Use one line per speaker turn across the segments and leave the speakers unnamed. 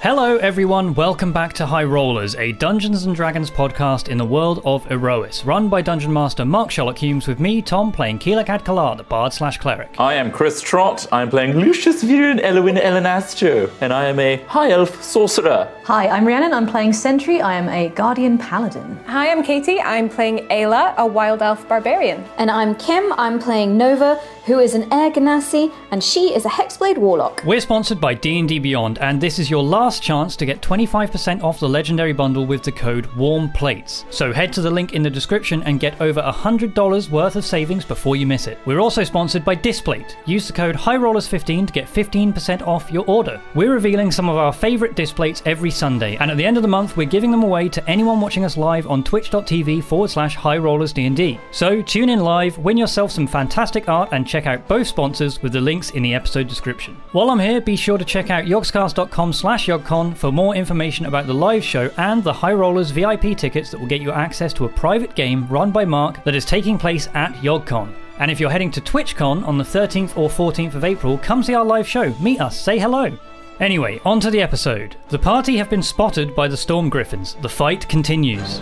Hello, everyone. Welcome back to High Rollers, a Dungeons and Dragons podcast in the world of Erois, run by Dungeon Master Mark Sherlock Humes, with me, Tom, playing Keelak Adkalar, the bard slash cleric.
I am Chris Trott. I'm playing Lucius Viren Elwin Elenastro, and I am a high elf sorcerer.
Hi, I'm Rhiannon. I'm playing Sentry. I am a Guardian Paladin.
Hi, I'm Katie. I'm playing Ayla, a wild elf barbarian.
And I'm Kim. I'm playing Nova, who is an Air Ganassi, and she is a Hexblade Warlock.
We're sponsored by D&D Beyond, and this is your last chance to get 25% off the legendary bundle with the code Warm Plates. So head to the link in the description and get over $100 worth of savings before you miss it. We're also sponsored by Displate. Use the code HighRollers15 to get 15% off your order. We're revealing some of our favorite displates every Sunday, and at the end of the month, we're giving them away to anyone watching us live on twitch.tv forward slash HighRollersD&D. So tune in live, win yourself some fantastic art, and check out both sponsors with the links in the episode description. While I'm here, be sure to check out yogscast.com slash yogcon for more information about the live show and the High Rollers VIP tickets that will get you access to a private game run by Mark that is taking place at YogCon. And if you're heading to TwitchCon on the 13th or 14th of April, come see our live show, meet us, say hello. Anyway, on to the episode. The party have been spotted by the Storm Griffins. The fight continues.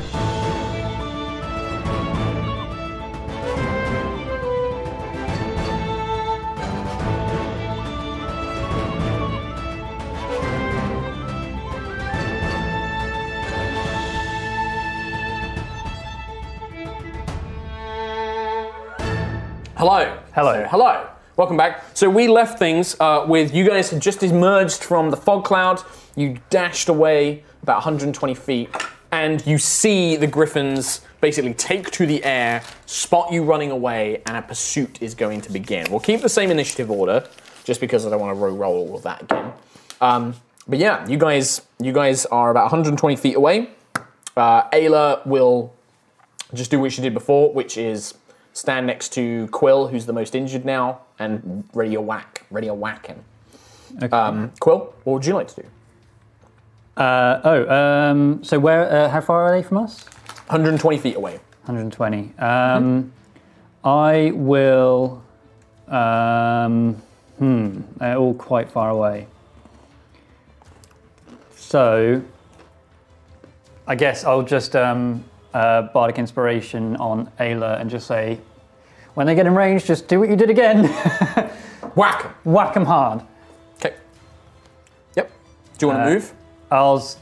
Hello.
Hello.
So, hello. Welcome back. So we left things uh, with you guys had just emerged from the fog cloud. You dashed away about 120 feet, and you see the griffins basically take to the air, spot you running away, and a pursuit is going to begin. We'll keep the same initiative order, just because I don't want to re-roll all of that again. Um, but yeah, you guys, you guys are about 120 feet away. Uh, Ayla will just do what she did before, which is stand next to Quill, who's the most injured now, and ready a whack, ready a whacking. Um, Quill, what would you like to do?
Uh, oh, um, so where? Uh, how far are they from us?
120 feet away.
120. Um, I will. Um, hmm, they're all quite far away. So, I guess I'll just um, uh, bardic inspiration on Ayla and just say, when they get in range, just do what you did again.
Whack!
Whack them hard.
Okay. Yep. Do you
Uh,
want to move?
I'll. s-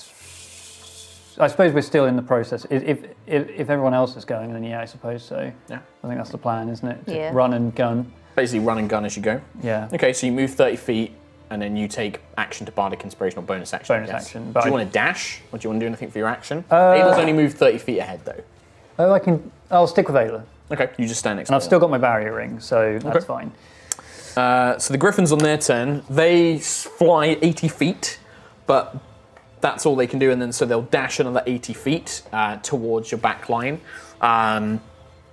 s- I suppose we're still in the process. If if, if if everyone else is going, then yeah, I suppose so.
Yeah.
I think that's the plan, isn't it? To
Yeah.
Run and gun.
Basically, run and gun as you go.
Yeah.
Okay, so you move 30 feet, and then you take action to bardic inspiration or bonus action. I
Bonus
guess.
action, Uh, but
Do you
I-
want to dash, or do you want to do anything for your action? Abel's only moved 30 feet ahead, though.
Oh, I can. I'll stick with Ayla, and
Okay, you just stand next. to
I've
Ayla.
still got my barrier ring, so that's fine.
Uh, so the griffins on their turn, they s- fly 80 feet, but that's all they can do, and then so they'll dash another 80 feet uh, towards your back line. Um,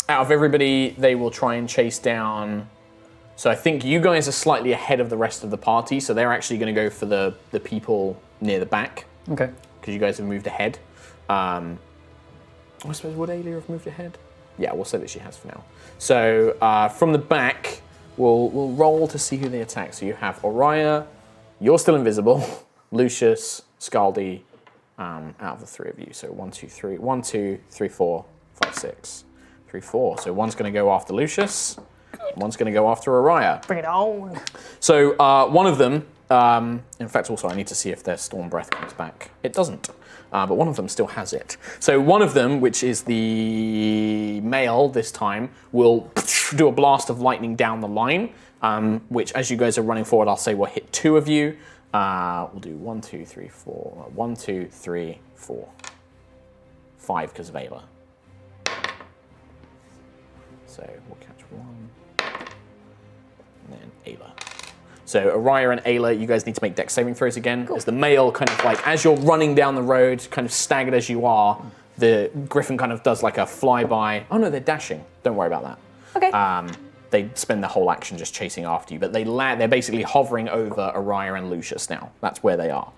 out of everybody, they will try and chase down. So I think you guys are slightly ahead of the rest of the party, so they're actually going to go for the the people near the back
Okay.
because you guys have moved ahead. Um, I suppose would Alia have moved ahead? Yeah, we'll say that she has for now. So uh, from the back, we'll we'll roll to see who they attack. So you have Oriah, you're still invisible, Lucius, Scaldi, um, out of the three of you. So one, two, three, one, two, three, four, five, six, three, four. So one's going to go after Lucius, one's going to go after Oriah.
Bring it on.
So uh, one of them, um, in fact, also I need to see if their storm breath comes back. It doesn't, uh, but one of them still has it. So one of them, which is the male this time, will do a blast of lightning down the line. Um, which, as you guys are running forward, I'll say will hit two of you. Uh, we'll do one, two, three, four. One, two, three, four, five because of Ayla. So we'll catch one, and then Ayla. So Araya and Ayla, you guys need to make deck saving throws again. As the male kind of like, as you're running down the road, kind of staggered as you are, the griffin kind of does like a flyby. Oh no, they're dashing. Don't worry about that.
Okay.
Um, they spend their whole action just chasing after you, but they land. They're basically hovering over Araya and Lucius now. That's where they are.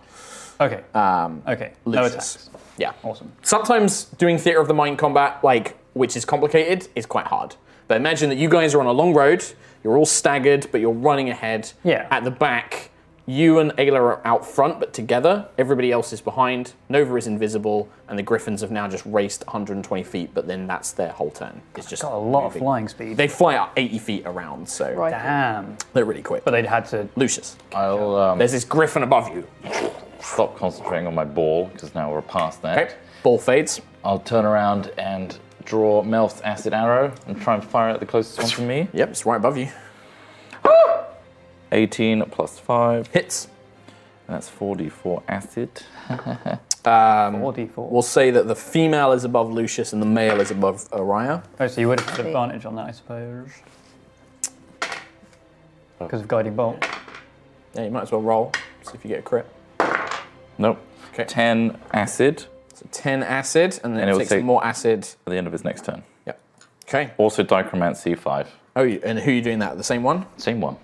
Okay. Um, okay. No
Lucius.
attacks.
Yeah.
Awesome.
Sometimes doing theater of the mind combat, like which is complicated, is quite hard. But imagine that you guys are on a long road. You're all staggered, but you're running ahead.
Yeah.
At the back, You and Ayla are out front, but together. Everybody else is behind. Nova is invisible, and the Griffins have now just raced 120 feet. But then that's their whole turn. It's just
Got a lot of
moving.
flying speed.
They fly out 80 feet around, so
Right.
Damn.
they're really quick.
But they'd had to.
Lucius,
I'll um,
there's this Griffin above you.
stop concentrating on my ball because now we're past that.
Okay, ball fades.
I'll turn around and draw Melf's acid arrow and try and fire at the closest one to me.
Yep, it's right above you.
18 plus 5, and
Hits.
that's 4d4 acid.
Four d four.
We'll say that the female is above Lucius and the male is above Araya.
Oh, so you would have had advantage on that, I suppose. Because of guiding bolt.
Yeah, you might as well roll. See if you get a crit.
Nope.
Okay.
10 acid
So 10 acid, and then
And it
it
will
takes
take-
more acid.
at the end of his next turn.
Yep. Okay.
Also, dichromancy 5.
Oh, you- and who are you doing that? The same one?
Same one.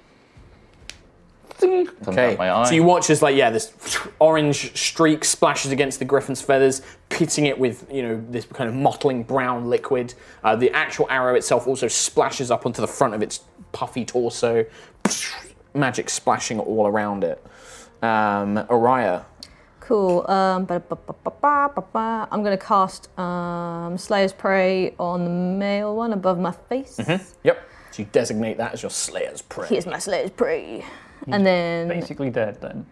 Comes
Okay.
out my eye.
So you watch as like yeah, this orange streak splashes against the griffin's feathers, pitting it with you know this kind of mottling brown liquid. Uh, the actual arrow itself also splashes up onto the front of its puffy torso, magic splashing all around it. Um, Araya,
Cool. Um, ba- ba- ba- ba- ba- ba- ba. I'm going to cast um, Slayer's Prey on the male one above my face.
yep. So you designate that as your slayer's prey.
Here's my Slayer's Prey. And then
Basically dead then,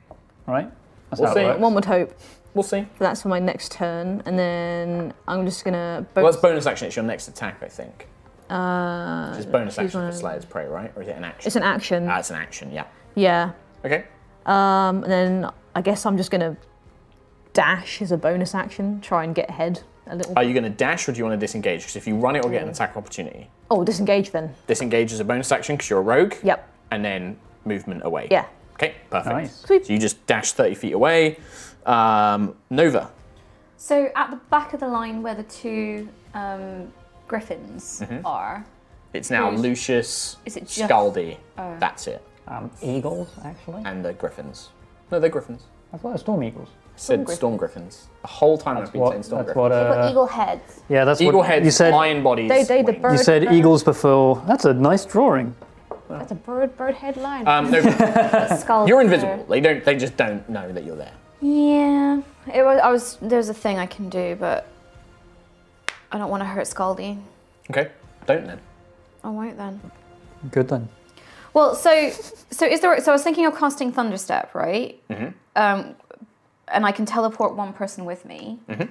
right? That's
We'll
how
see.
it works.
one would hope
We'll see.
that's for my next turn. And then I'm just going to.
Well, that's bonus action. It's your next attack, I think.
uh,
It's bonus
choose
action for
one.
slayer's prey, right? Or is it an action?
It's an action.
Ah, it's an action. Yeah.
yeah.
Okay.
Um, and then I guess I'm just going to dash as a bonus action, try and get ahead a little.
Are you going to dash or do you want to disengage? Because if you run it, will get an attack opportunity.
oh, disengage then.
Disengage is a bonus action because you're a rogue.
Yep.
And then movement away.
Yeah.
Okay, perfect.
Nice.
Sweet.
So you just dash 30 feet away. Um, Nova.
So at the back of the line where the two um, griffins
Mm-hmm.
are,
It's now
Who's-
Lucius,
Is it just-
Scaldi. That's it.
Um, eagles, actually.
And the griffins. No, they're griffins.
I thought it was storm eagles.
I said storm griffins. The whole time I've
That's
been
what.
saying storm
That's
griffins.
what.
They've got
Uh,
eagle heads.
yeah, that's
Eagle
what
heads,
you said.
lion bodies.
They, they, the
wings.
bird.
You said eagles before. That's a nice drawing.
That's a bird bird head lion.
Um, no,
Skull
you're
there.
invisible. They don't. They just don't know that you're there.
Yeah, it was. I was. There's a thing I can do, but I don't want to hurt Scaldy.
Okay, don't then.
I won't then.
Good then.
Well, so so is there? So I was thinking of casting Thunderstep, right? Mm-hmm. Um, and I can teleport one person with me,
Mm-hmm.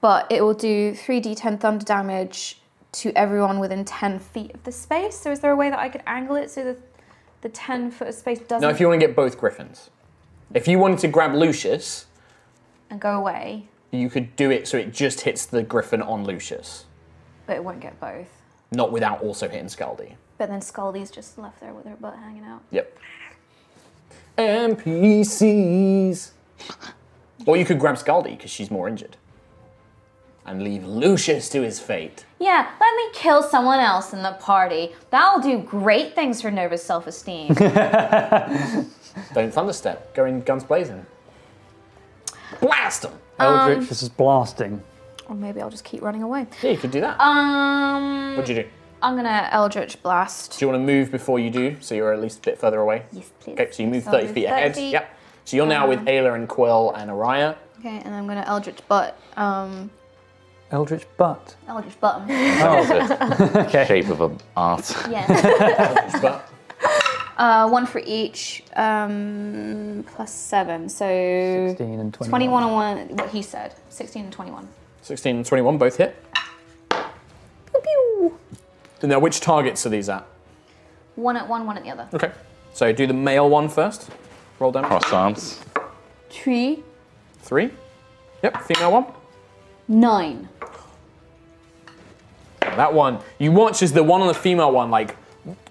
but it will do three d10 thunder damage to everyone within ten feet of the space. So is there a way that I could angle it so that the ten foot of space doesn't
Now, if you want to get both griffins, if you wanted to grab Lucius,
and go away,
you could do it so it just hits the griffin on Lucius,
but it won't get both.
not without also hitting Scaldi.
But then Scaldy's just left there with her butt hanging out.
Yep. NPCs. or you could grab Scaldi because she's more injured, and leave Lucius to his fate.
Yeah, let me kill someone else in the party. That'll do great things for Nova's self esteem.
Don't thunderstep. Go in guns blazing. Blast him.
Eldritch, this is blasting.
or maybe I'll just keep running away.
Yeah, you could do that.
Um,
What'd you do?
I'm gonna Eldritch Blast.
Do you want to move before you do, so you're at least a bit further away?
Yes, please.
Okay, so you move
So Um. I'll
30
move
feet
30
ahead.
feet.
Yep. So you're now with Ayla and Quill and Araya.
Okay, and I'm gonna Eldritch Butt. Um,
Eldritch butt.
Eldritch Button.
Shape of an art.
yeah.
But
Uh, one for each, um, plus seven. So
16 and 21.
21 on one, what he said. 16 and 21.
16 and 21 both hit.
Pew, pew.
Now, which targets are these at?
One at one, one at the other.
Okay. So do the male one first. Roll damage.
Cross arms.
Three,
Three. Yep, female one.
nine.
That one. You watch as the one on the female one, like,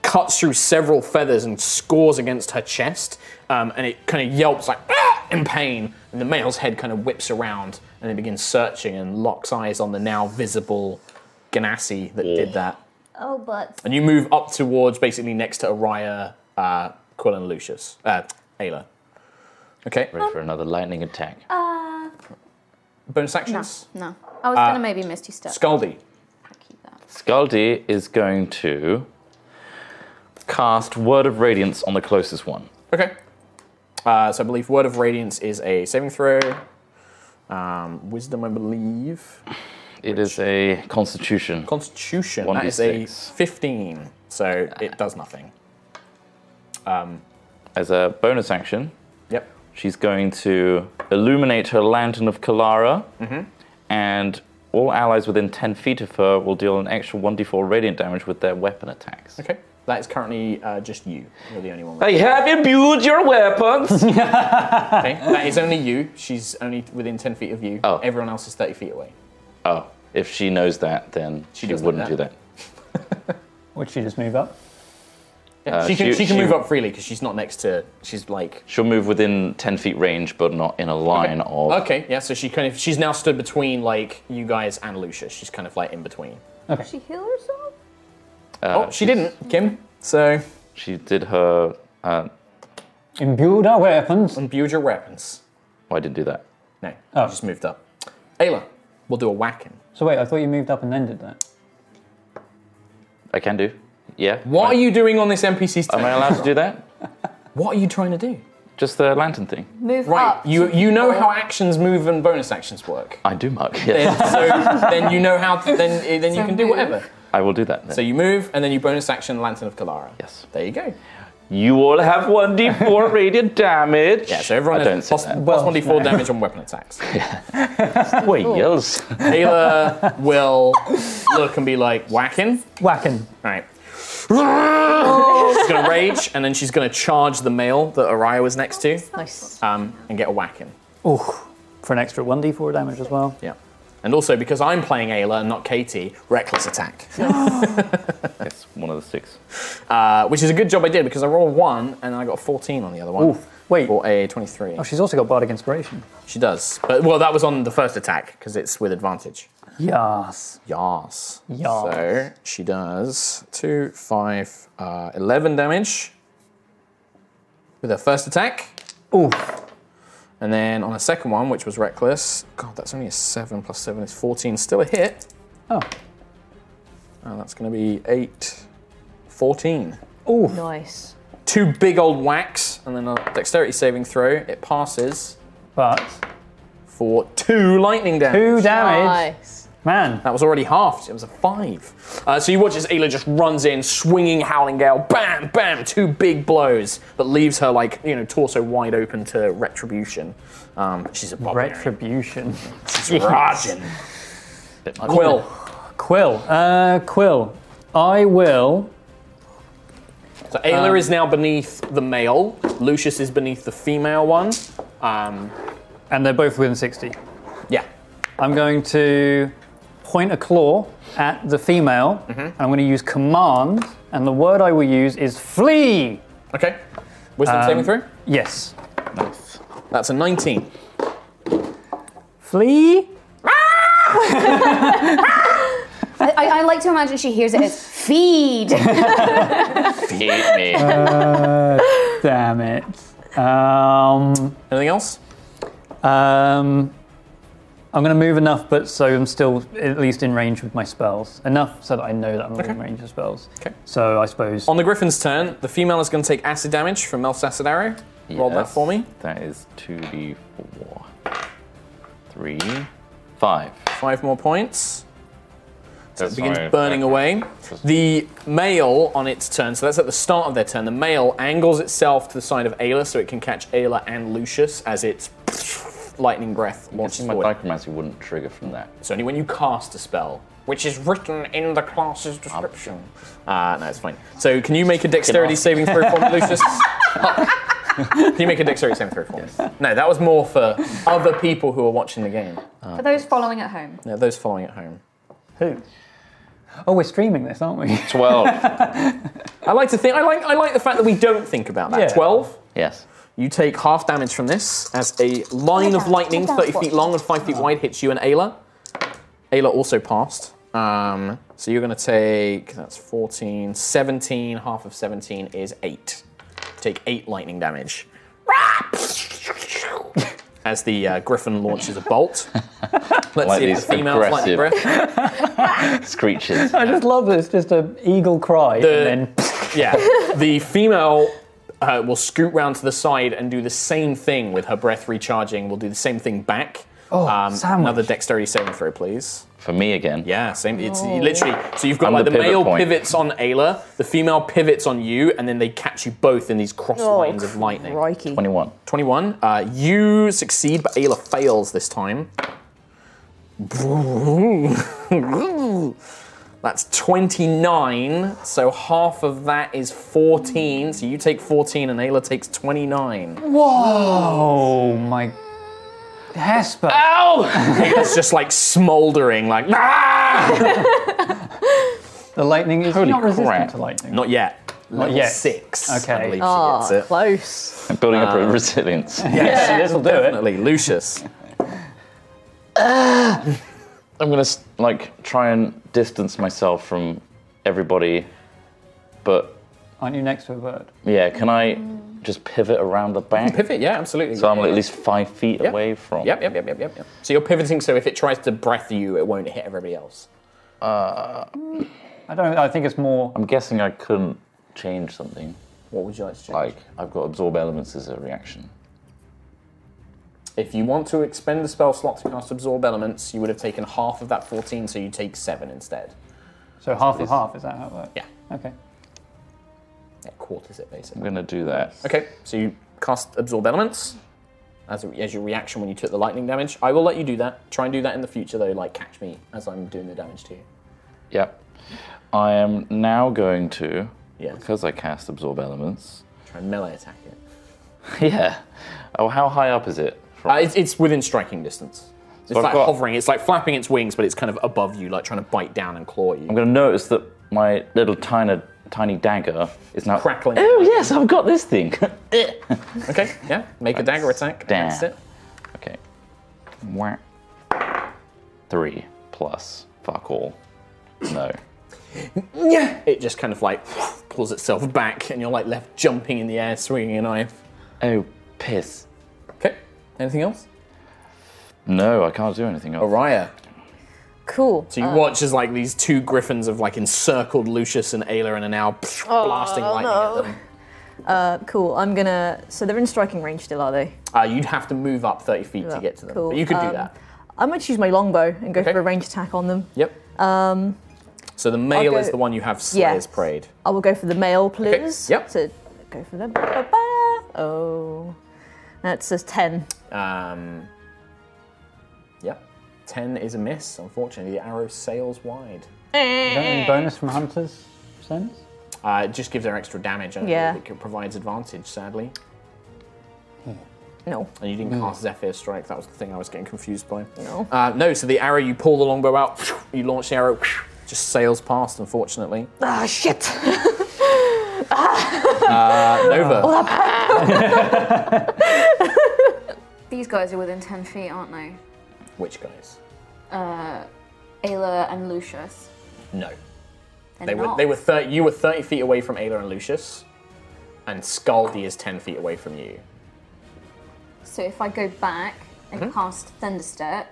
cuts through several feathers and scores against her chest. Um, and it kind of yelps, like, "Ah!" in pain. And the male's head kind of whips around and it begins searching and locks eyes on the now visible Ganassi that did that.
Oh, but.
And you move up towards basically next to Araya, uh, Quill, and Lucius. Uh, Ayla. Okay.
Ready for another lightning attack.
Uh,
Bonus
no,
actions.
no. I was
Uh,
gonna maybe Misty Step.
Scaldi.
Keep that.
Scaldi is going to cast Word of Radiance on the closest one.
Okay. Uh, so I believe Word of Radiance is a saving throw. Um, wisdom, I believe.
It is a constitution.
Constitution.
One
That
D
is a
six.
15. So it does nothing.
As a bonus action,
Yep.
she's going to illuminate her lantern of Kalara,
Mm-hmm.
and all allies within 10 feet of her will deal an extra 1d4 radiant damage with their weapon attacks.
Okay. That is currently uh, just you. You're the only one.
I have imbued your weapons!
Okay. that is only you. She's only within 10 feet of you.
Oh.
Everyone else is 30 feet away.
oh, if she knows that, then she,
does know
wouldn't
that.
do that.
Would she just move up?
Yeah, she can,
Uh, she-
she can
she-
move up freely because she's not next to. She's like.
She'll move within 10 feet range, but not in a line of.
Okay, yeah, so she kind of. She's now stood between like you guys and Lucia. She's kind of like in between.
She heal herself?
uh,
oh, she
she's-
didn't, Kim. So.
She did her. Uh,
Imbued our weapons.
Imbued your weapons.
well, I didn't do that.
No,
Oh.
you just moved up. Ayla, we'll do a whacking.
So wait, I thought you moved up and then did that.
I can do. Yeah.
What are you doing on this NPC's
Am I
turn?
allowed to do that?
What are you trying to do?
Just the lantern thing.
Move
Right,
up.
you you know how actions move and bonus actions work.
I do mug. Yes.
so then you know how. Then then you can do
move.
whatever.
I will do that. Then.
So you move and then you bonus action Lantern of Kalara.
Yes.
There you go.
You all have 1d4 radiant damage.
Yeah, so everyone
I
has
don't Oh, say
plus,
that.
plus 1d4 damage on weapon attacks.
Wait, yes.
Ayla will look and be like, whacking.
Whacking.
Alright. she's gonna rage, and then she's gonna charge the male that Araya was next to,
Nice.
um, and get a whack in.
Ooh, for an extra 1d4 damage as well.
Yeah. And also because I'm playing Ayla and not Katie, reckless attack.
Yes, one of the six.
Uh, which is a good job I did because I rolled one and I got a 14 on the other one.
Ooh, wait.
Or a 23.
Oh, she's also got bardic inspiration.
She does. But well, that was on the first attack because it's with advantage.
Yes.
Yas.
Yas.
So she does 2, 5, uh, 11 damage with her first attack.
Ooh,
And then on her second one, which was reckless, God, that's only a 7 plus 7 is 14. Still a hit.
Oh.
And that's going to be 8, 14.
Nice.
Two big old whacks, and then a dexterity saving throw. It passes
but
for 2 lightning damage.
two damage.
Nice.
Man,
That was already halved. It was a five. Uh, so you watch as Ayla just runs in, swinging Howling Gale, bam, bam, two big blows that leaves her like you know torso wide open to retribution. Um, she's a barbarian.
retribution.
She's raging.
Bit much.
Quill,
Quill. Uh, Quill. I will.
So Ayla
Um,
is now beneath the male. Lucius is beneath the female one. Um,
And they're both within 60.
yeah.
I'm going to point a claw at the female. And
Mm-hmm.
I'm going to use command. And the word I will use is flee.
Okay. Wisdom
Um,
saving throw.
Yes.
Nice.
That's a 19.
Flee.
I, I, I like to imagine she hears it as feed.
Hate me.
Damn it. Um,
Anything else?
um, I'm going to move enough, but so I'm still at least in range with my spells. Enough so that I know that I'm within range of spells.
Okay.
So I suppose.
On the Griffin's turn, the female is going to take acid damage from Mel's acid arrow. Roll that
Yes.
for me.
That is 2d4. Three, five.
Five more points. So
That's
it begins
fine.
burning away. The male on its turn, so that's at the start of their turn, the male angles itself to the side of Ayla so it can catch Ayla and Lucius as its lightning breath launches
My
forward.
dichromancy wouldn't trigger from that.
It's only when you cast a spell, which is written in the class's description. Uh, no, it's fine. So can you make a dexterity
ask.
saving throw for me, Lucius? can you make a dexterity saving throw for me? No, that was more for other people who are watching the game.
For those following at home.
No, those following at home.
Who? Oh, we're streaming this, aren't we?
12.
I like to think. I like. I like the fact that we don't think about that.
Yeah.
Twelve.
yes.
You take half damage from this as a line of
down,
lightning,
take down,
thirty
watch.
feet long and five feet wide, hits you and Ayla. Ayla also passed. Um, so you're going to take that's 14, 17. Half of 17 is eight. Take eight lightning damage. As the uh, griffin launches a bolt. Let's
Like
see if
these
the female's lightning
aggressive-
breath.
Screeches.
I just love this. Just an eagle cry,
The-
and then
Yeah. the female uh, will scoot round to the side and do the same thing with her breath recharging. We'll do the same thing back. Um,
Oh, sandwich.
another dexterity saving throw, please.
For me again.
Yeah, same. It's
Oh.
literally so you've got
I'm
like
the
the,
pivot
male
point.
pivots on Ayla, the female pivots on you, and then they catch you both in these cross
Oh,
lines of lightning.
Crikey.
21.
21. Uh, you succeed, but Ayla fails this time. That's 29, so half of that is 14. So you take 14 and Ayla takes 29.
Whoa, Oh my. Hesper. Oh!
Ayla's just like smoldering, like, "Ah!"
The lightning is
Holy
not resistant
crap.
to lightning.
Not yet. Level
yet.
Six.
Okay.
I believe she
Ah,
gets it.
close.
I'm building up
Uh,
a resilience.
yes, this will do it.
Definitely. Lucius.
I'm gonna s- like try and distance myself from everybody, but
Aren't you next to a bird?
yeah, can I just pivot around the back?
Pivot, yeah, absolutely.
So I'm at least five feet
Yep.
away from.
Yep, yep, yep, yep, yep. yep. So you're pivoting, so if it tries to breath you, it won't hit everybody else.
I don't. I think it's more.
I'm guessing I couldn't change something.
What would you like to change?
Like I've got absorb elements as a reaction.
If you want to expend the spell slot to cast Absorb Elements, you would have taken half of that 14, so you take 7 instead.
So half and half. Is that how it works?
Yeah.
Okay.
It quarters it,
I'm
basically.
gonna do that.
Okay, so you cast Absorb Elements as, a, as your reaction when you took the lightning damage. I will let you do that. Try and do that in the future, though, like catch me as I'm doing the damage to you.
Yep. I am now going to
Yes.
because I cast absorb elements.
Try and melee attack it.
yeah. Oh, how high up is it? From?
Uh, it's, it's within striking distance. It's
I've
like
got-
hovering, it's like flapping its wings, but it's kind of above you, like trying to bite down and claw you.
I'm gonna notice that my little tiny tiny dagger is now
Crackling.
Oh yes, I've got this thing.
Okay, yeah, make a dagger attack against
Damn.
it.
Okay. Wah. Three plus. Fuck all. No.
Yeah. It just kind of like pulls itself back, and you're like left jumping in the air, swinging a knife.
Oh, piss.
Okay. Anything else?
No, I can't do anything else.
Araya.
Cool.
So you watch as like these two griffins have like encircled Lucius and Ayla and are now
Oh,
blasting lightning at them.
Uh, cool. I'm gonna. So they're in striking range still, are they?
Uh, you'd have to move up 30 feet
Yeah,
to get to them.
cool.
But you could do
Um,
that.
I'm gonna choose my longbow and go
Okay.
for a range attack on them.
Yep.
Um,
So the male
go-
is the one you have Slayer's
Yes.
Parade.
I will go for the male, please.
Yep.
So go for them. Ba-ba-ba. Oh, that's a ten.
Um, yep. 10 is a miss, unfortunately. The arrow sails wide.
You don't need bonus from hunters. Sense.
Uh, it just gives her extra damage. And
Yeah.
It provides advantage, sadly.
No.
And you didn't cast Zephyr Strike. That was the thing I was getting confused by.
No.
Uh, no, so the arrow, you pull the longbow out, you launch the arrow, just sails past, unfortunately.
Ah, shit.
Uh, Nova.
These guys are within 10 feet, aren't they?
Which guys?
Ayla and Lucius.
No.
They're
They were,
not.
they were 30, you were 30 feet away from Ayla and Lucius, and Scaldi is 10 feet away from you.
So if I go back and
Mm-hmm.
cast Thunderstep,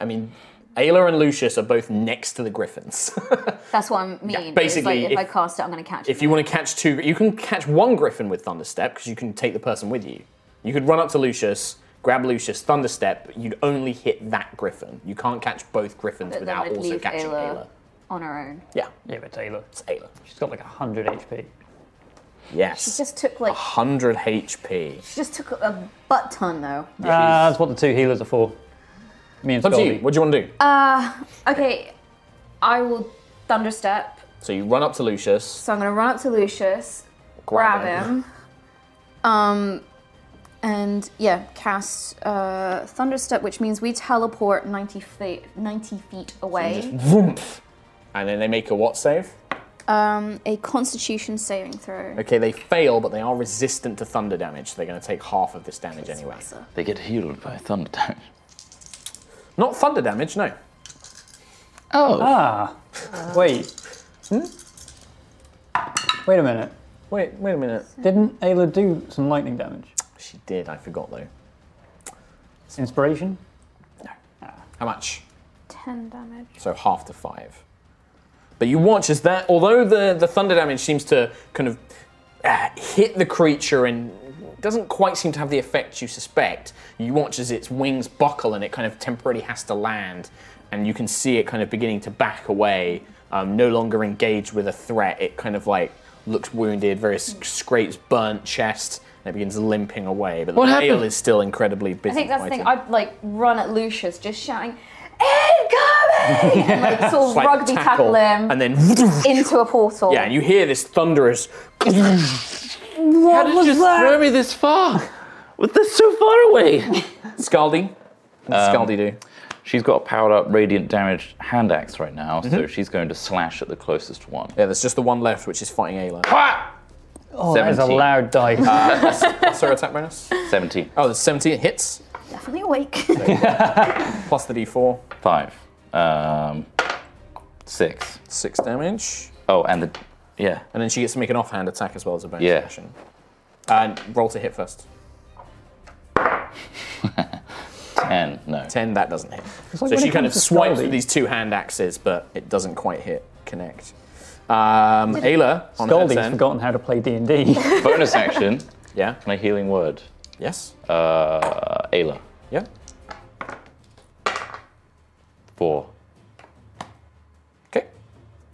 I mean, Ayla and Lucius are both next to the griffins.
that's what I mean. It's
basically,
like, if,
if-
I cast it, I'm going to catch it.
if you want to catch two, you can catch one griffin with Thunderstep because you can take the person with you. You could run up to Lucius, grab Lucius, Thunderstep, but you'd only hit that griffin. You can't catch both griffins
But then
without
I'd
also
leave
catching Ayla.
Ayla. on her own.
Yeah,
Yeah, but Taylor.
it's Ayla.
She's got like 100 HP.
Yes.
She just took like
100 HP.
she just took a butt ton though.
Ah, that's what the two healers are for. Me and
It's up to you.
Scotty.
What do you want to do?
Uh, Okay, I will Thunderstep.
so you run up to Lucius,
So I'm going to run up to Lucius,
grab,
grab him. Um, and yeah, cast uh, Thunderstep, which means we teleport 90 feet, 90 feet away.
Vroomp. And then they make a what save?
Um, a Constitution saving throw.
Okay, they fail, but they are resistant to thunder damage, so they're going to take half of this damage anyway.
They get healed by thunder damage.
Not thunder damage, no.
Oh.
Ah. Wait. Hmm? Wait a minute.
Wait, wait a minute.
Didn't Ayla do some lightning damage?
She did, I forgot though.
Inspiration?
How much?
10 damage.
So half to five. But you watch as that, although the, the thunder damage seems to kind of uh, hit the creature and doesn't quite seem to have the effect you suspect. You watch as its wings buckle and it kind of temporarily has to land, and you can see it kind of beginning to back away, um, no longer engaged with a threat. It kind of like looks wounded, very s- scrapes burnt chest, and it begins limping away. But the
What
male
happened?
is still incredibly busy.
I think that's the thing.
fighting.
I'd like run at Lucius, just shouting, "Incoming!" and like sort of
Like,
rugby tackle, him
and then
into a portal.
Yeah, and you hear this thunderous.
How did you throw me this far? Was this so far away?
Scaldy. What's Scaldy do?
She's got a powered up radiant damage hand axe right now, so she's going to slash at the closest one.
Yeah, there's just the one left, which is fighting Ayla.
Oh, that is a
17.
loud die.
What's her attack bonus?
17.
Oh, there's 17 hits,
Definitely awake.
plus the d4,
5. Um, 6.
6 damage.
Oh, and the. Yeah.
And then she gets to make an offhand attack as well as a bonus
Yeah.
action. And roll to hit first.
10. No.
10, that doesn't hit. so
when
she
it
kind of
comes to
swipes
Scaldy-
with these two hand axes, but it doesn't quite hit connect. Um, Ayla on her
Goldie's
turn.
forgotten how to play D&D.
Bonus action.
Yeah.
My healing word.
Yes.
Uh, Ayla.
yeah.
4.
Okay.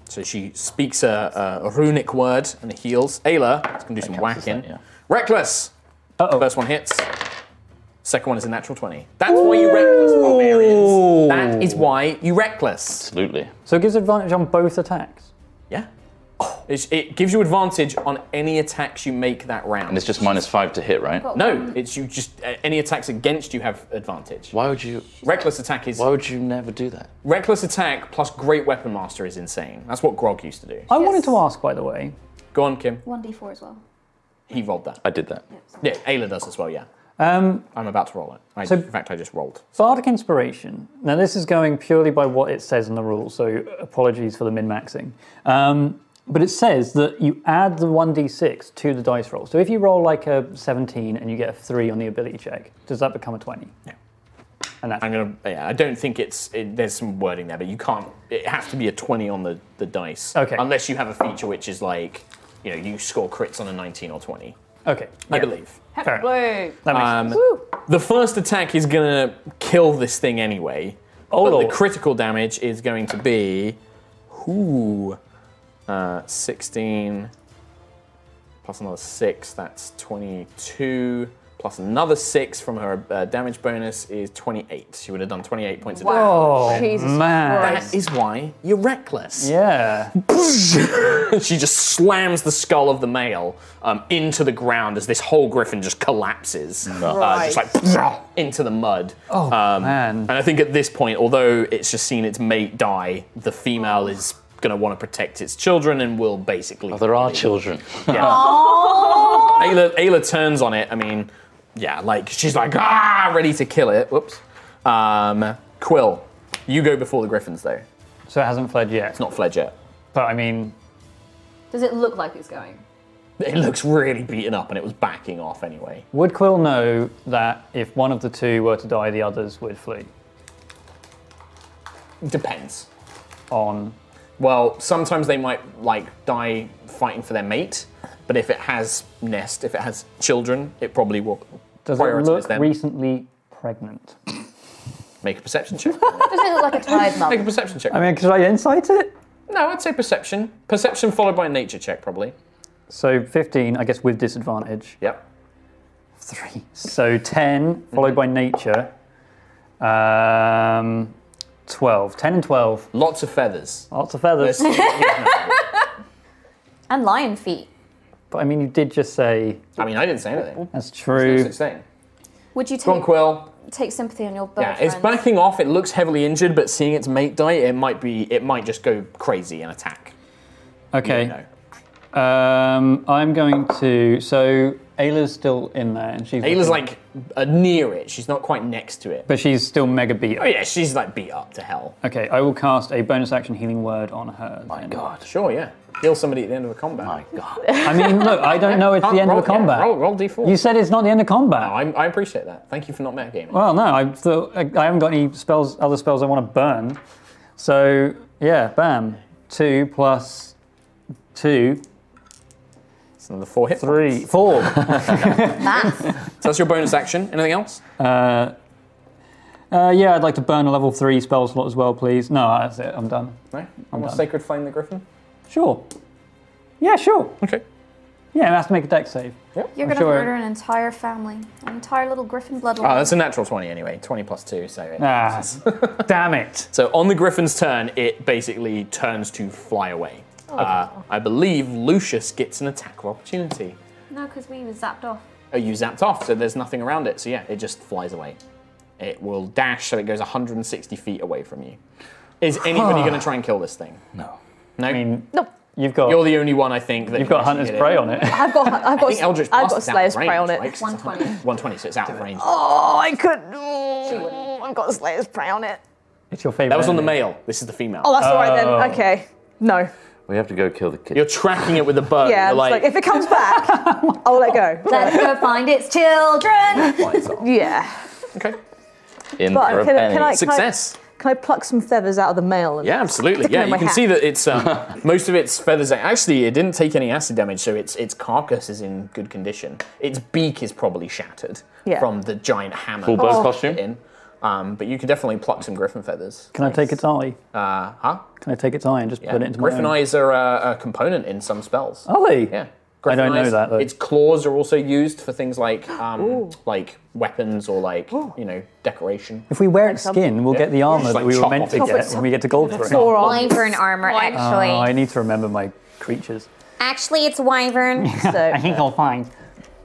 So she speaks a, a runic word and heals. Ayla is going to do some
counts as
whacking.
that, yeah.
Reckless.
Uh-oh.
First one hits. Second one is a natural 20. That's why you reckless, barbarians. That is why you reckless.
Absolutely.
so it gives advantage on both attacks.
Yeah. Oh. It's- It gives you advantage on any attacks you make that round.
And it's just minus 5 to hit, right?
no, it's you just uh, any attacks against you have advantage.
Why would you.
Reckless attack is
Why would you never do that?
reckless attack plus great weapon master is insane. That's what Grog used to do.
I wanted to ask, by the way,
Go on, Kim.
One d four as well.
He rolled that.
I did that.
Yeah, Ayla does as well. Yeah.
um,
I'm about to roll it. I,
So-
in fact, I just rolled.
Bardic Inspiration. Now, this is going purely by what it says in the rules, so apologies for the min maxing. Um, but it says that you add the 1d6 to the dice roll. So if you roll like a 17 and you get a 3 on the ability check, does that become a 20?
Yeah.
And that's
I'm gonna. Yeah, I don't think it's. It, there's some wording there, but you can't. It has to be a 20 on the the dice.
Okay.
Unless you have a feature which is like, you know, you score crits on a 19 or 20.
okay.
I believe.
Fair enough. That makes sense.
Um, the first attack is gonna kill this thing anyway.
Oh,
but
Lord.
the critical damage is going to be, ooh, uh, 16 plus another six. That's 22. Plus another six from her uh, damage bonus is 28. She would have done 28 points of damage.
Oh,
Jesus
man.
That is why you're reckless.
Yeah.
she just slams the skull of the male um, into the ground as this whole griffin just collapses, uh, just like into the mud.
Oh,
Um,
man.
And I think at this point, although it's just seen its mate die, the female is going to want to protect its children and will basically.
There are children.
Ayla, Ayla turns on it. I mean, yeah, like she's like ah, ready to kill it. Whoops. Um, Quill, you go before the griffins though.
So it hasn't fled yet.
Not fled yet.
But I mean,
Does it look like it's going?
It looks really beaten up, and it was backing off anyway.
would Quill know that if one of the two were to die, the others would flee
Depends.
on
Well, sometimes they might like die fighting for their mate, but if it has nest, if it has children, it probably will
Does it
prioritize
look
them.
recently pregnant?
Make a perception check.
Doesn't it look like a tired mum?
Make a perception check.
I mean, could I insight it?
no, I'd say perception. Perception followed by a nature check, probably.
So 15, I guess, with disadvantage.
Yep.
Three. So 10, followed by nature. Um, 12. 10 and 12.
Lots of feathers.
Lots of feathers.
And lion feet.
but I mean, you did just say
I mean, I didn't say anything.
that's
No
true.
such thing.
Would you
Go on,
take,
Quill.
take sympathy on your bird
Yeah, it's
friend?
backing off. It looks heavily injured, but seeing its mate die, it might be. It might just go crazy and attack.
Okay.
You know.
Um, I'm going to. So Ayla's still in there, and she's.
Ayla's
looking-
like uh, near it. She's not quite next to it.
But she's still mega beat.
Oh yeah, she's like beat up to hell.
Okay, I will cast a bonus action healing word on her.
My God.
Sure, yeah. Kill somebody at the end of a combat.
My God.
I mean, look, I don't know. It's
Can't
the end
roll,
of the combat.
Yeah, roll, roll d4.
You said it's not the end of combat.
I, I appreciate that. Thank you for not metagaming.
Well, no, I thought I, I haven't got any spells, other spells I want to burn. So yeah, bam, two plus two.
That's another four hit.
Three, four.
So that's your bonus action. Anything else?
uh, uh, yeah, I'd like to burn a level three spell slot as well, please. No, that's it. I'm done.
No. I'm
done.
sacred flame the griffin.
Sure. Yeah, sure.
Okay.
Yeah, it has to make a deck save.
You're
I'm
going to
sure-
murder an entire family, an entire little griffin
Oh,
bloodline.
that's a natural 20 anyway. 20 plus 2, so. it-
Ah, damn it.
So on the griffin's turn, it basically turns to fly away. Uh, I believe Lucius gets an attack of opportunity.
No, because we were zapped off.
Oh, you zapped off, so there's nothing around it. So yeah, it just flies away. It will dash, so it goes 160 feet away from you. Is anybody going to try and kill this thing?
No.
No.
I mean,
No.
you've got
You're the only one, I think, that
you've got Hunter's Prey on it.
I've got, I've
I
got,
think Eldritch
I've
Blast
got
is out
Slayer's
of range,
Prey on it.
right? 'Cause it's
120.
120, so it's out of range.
Oh, I could. Mm, I've got Slayer's Prey on it.
It's your favorite.
That was on the male. This is the female.
Oh, that's all right
Oh.
then. Okay. No.
We have to go kill the kid.
You're tracking it with a bow.
Yeah,
You're
it's like, if it comes back, I'll let go.
Let's go find its children.
flies off.
Yeah.
Okay.
in
But
for a
can I-
penny.
can I-
Success.
Can I pluck some feathers out of the male? And
Yeah, absolutely.
Stick 'em
Yeah,
in
you
my
can
hat.
see that it's uh, most of its feathers. Are, actually, it didn't take any acid damage, so its its carcass is in good condition. Its beak is probably shattered
Yeah.
from the giant hammer.
Full bird
it's
costume?
In. Um, but you can definitely pluck some griffin feathers.
Can I take its eye?
Uh, huh?
Can I take its eye and just
Yeah.
put it into my
griffin
own?
eyes are uh, a, a component in some spells.
Are they?
Yeah.
I don't
Griffin
know
eyes,
that, though.
Its claws are also used for things like um, like weapons or like you know decoration.
If we wear its skin, we'll get the armor
Just,
that
like,
we were
chop
meant
off
to
its
get
head.
when we get to gold three.
Or on
Wyvern armor,
Oh,
actually.
I need to remember my creatures.
Actually, it's wyvern.
so
think I'll find.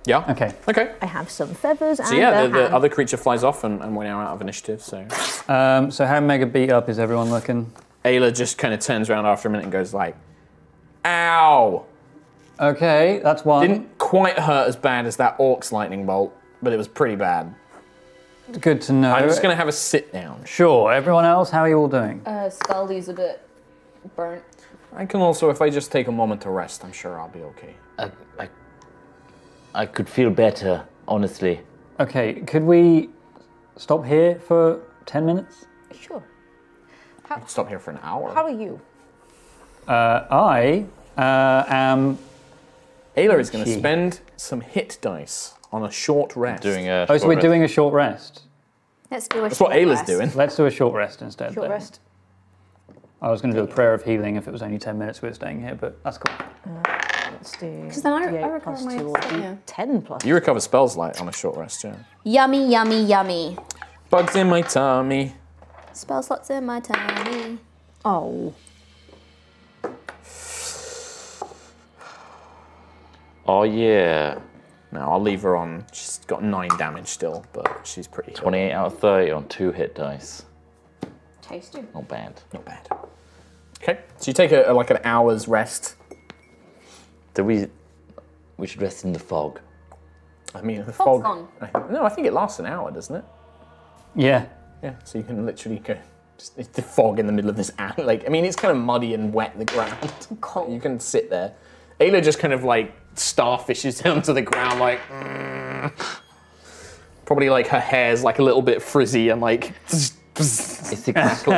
Yeah.
Okay.
Okay.
I have some feathers and uh,
So yeah, the,
a
the
hand.
other creature flies off, and, and we're now out of initiative. So
Um, so how mega beat up is everyone looking?
Ayla just kind of turns around after a minute and goes like, "Ow!
Okay, that's one.
Didn't quite hurt as bad as that orc's lightning bolt, but it was pretty bad."
Good to know.
I'm just gonna have a sit down.
Sure. Everyone else, how are you all doing?
Uh, Scully's a bit burnt.
I can also, if I just take a moment to rest, I'm sure I'll be okay.
I, I, I could feel better, honestly.
Okay, could we stop here for ten minutes?
Sure.
Stop here for an hour.
How are you?
Uh, I uh, am.
Ayla is gonna
Gee.
spend some hit dice on a short rest.
Doing a.
Oh, so
short
we're
rest.
doing a short rest.
Let's do a
That's what Ayla's doing.
Let's do a short rest instead.
Short
then.
rest.
I was going to do a prayer of healing if it was only ten minutes we were staying here, but that's cool.
Let's do.
Because then I,
8
I recover
plus
my
2
stuff, yeah.
Ten plus.
You recover spells light on a short rest, yeah.
Yummy, yummy, yummy.
Bugs in my tummy.
Spell slots in my tummy.
Oh.
Oh, yeah.
No, I'll leave her on. She's got nine damage still, but she's pretty. healed.
28 out of 30 on two hit dice.
Tasty.
Not bad.
Not bad. Okay, so you take a, like an hour's rest.
Do we. We should rest in the fog.
I mean, the fog.
Fog's gone.
I- No, I think it lasts an hour, doesn't it?
Yeah.
Yeah. So you can literally go. Just, it's the fog in the middle of this alley. Like, I mean, it's kind of muddy and wet. The ground.
Cold.
You can sit there. Ayla just kind of like starfishes down to the ground, like. "Mm." Probably like her hair's like a little bit frizzy and like.
It's exactly.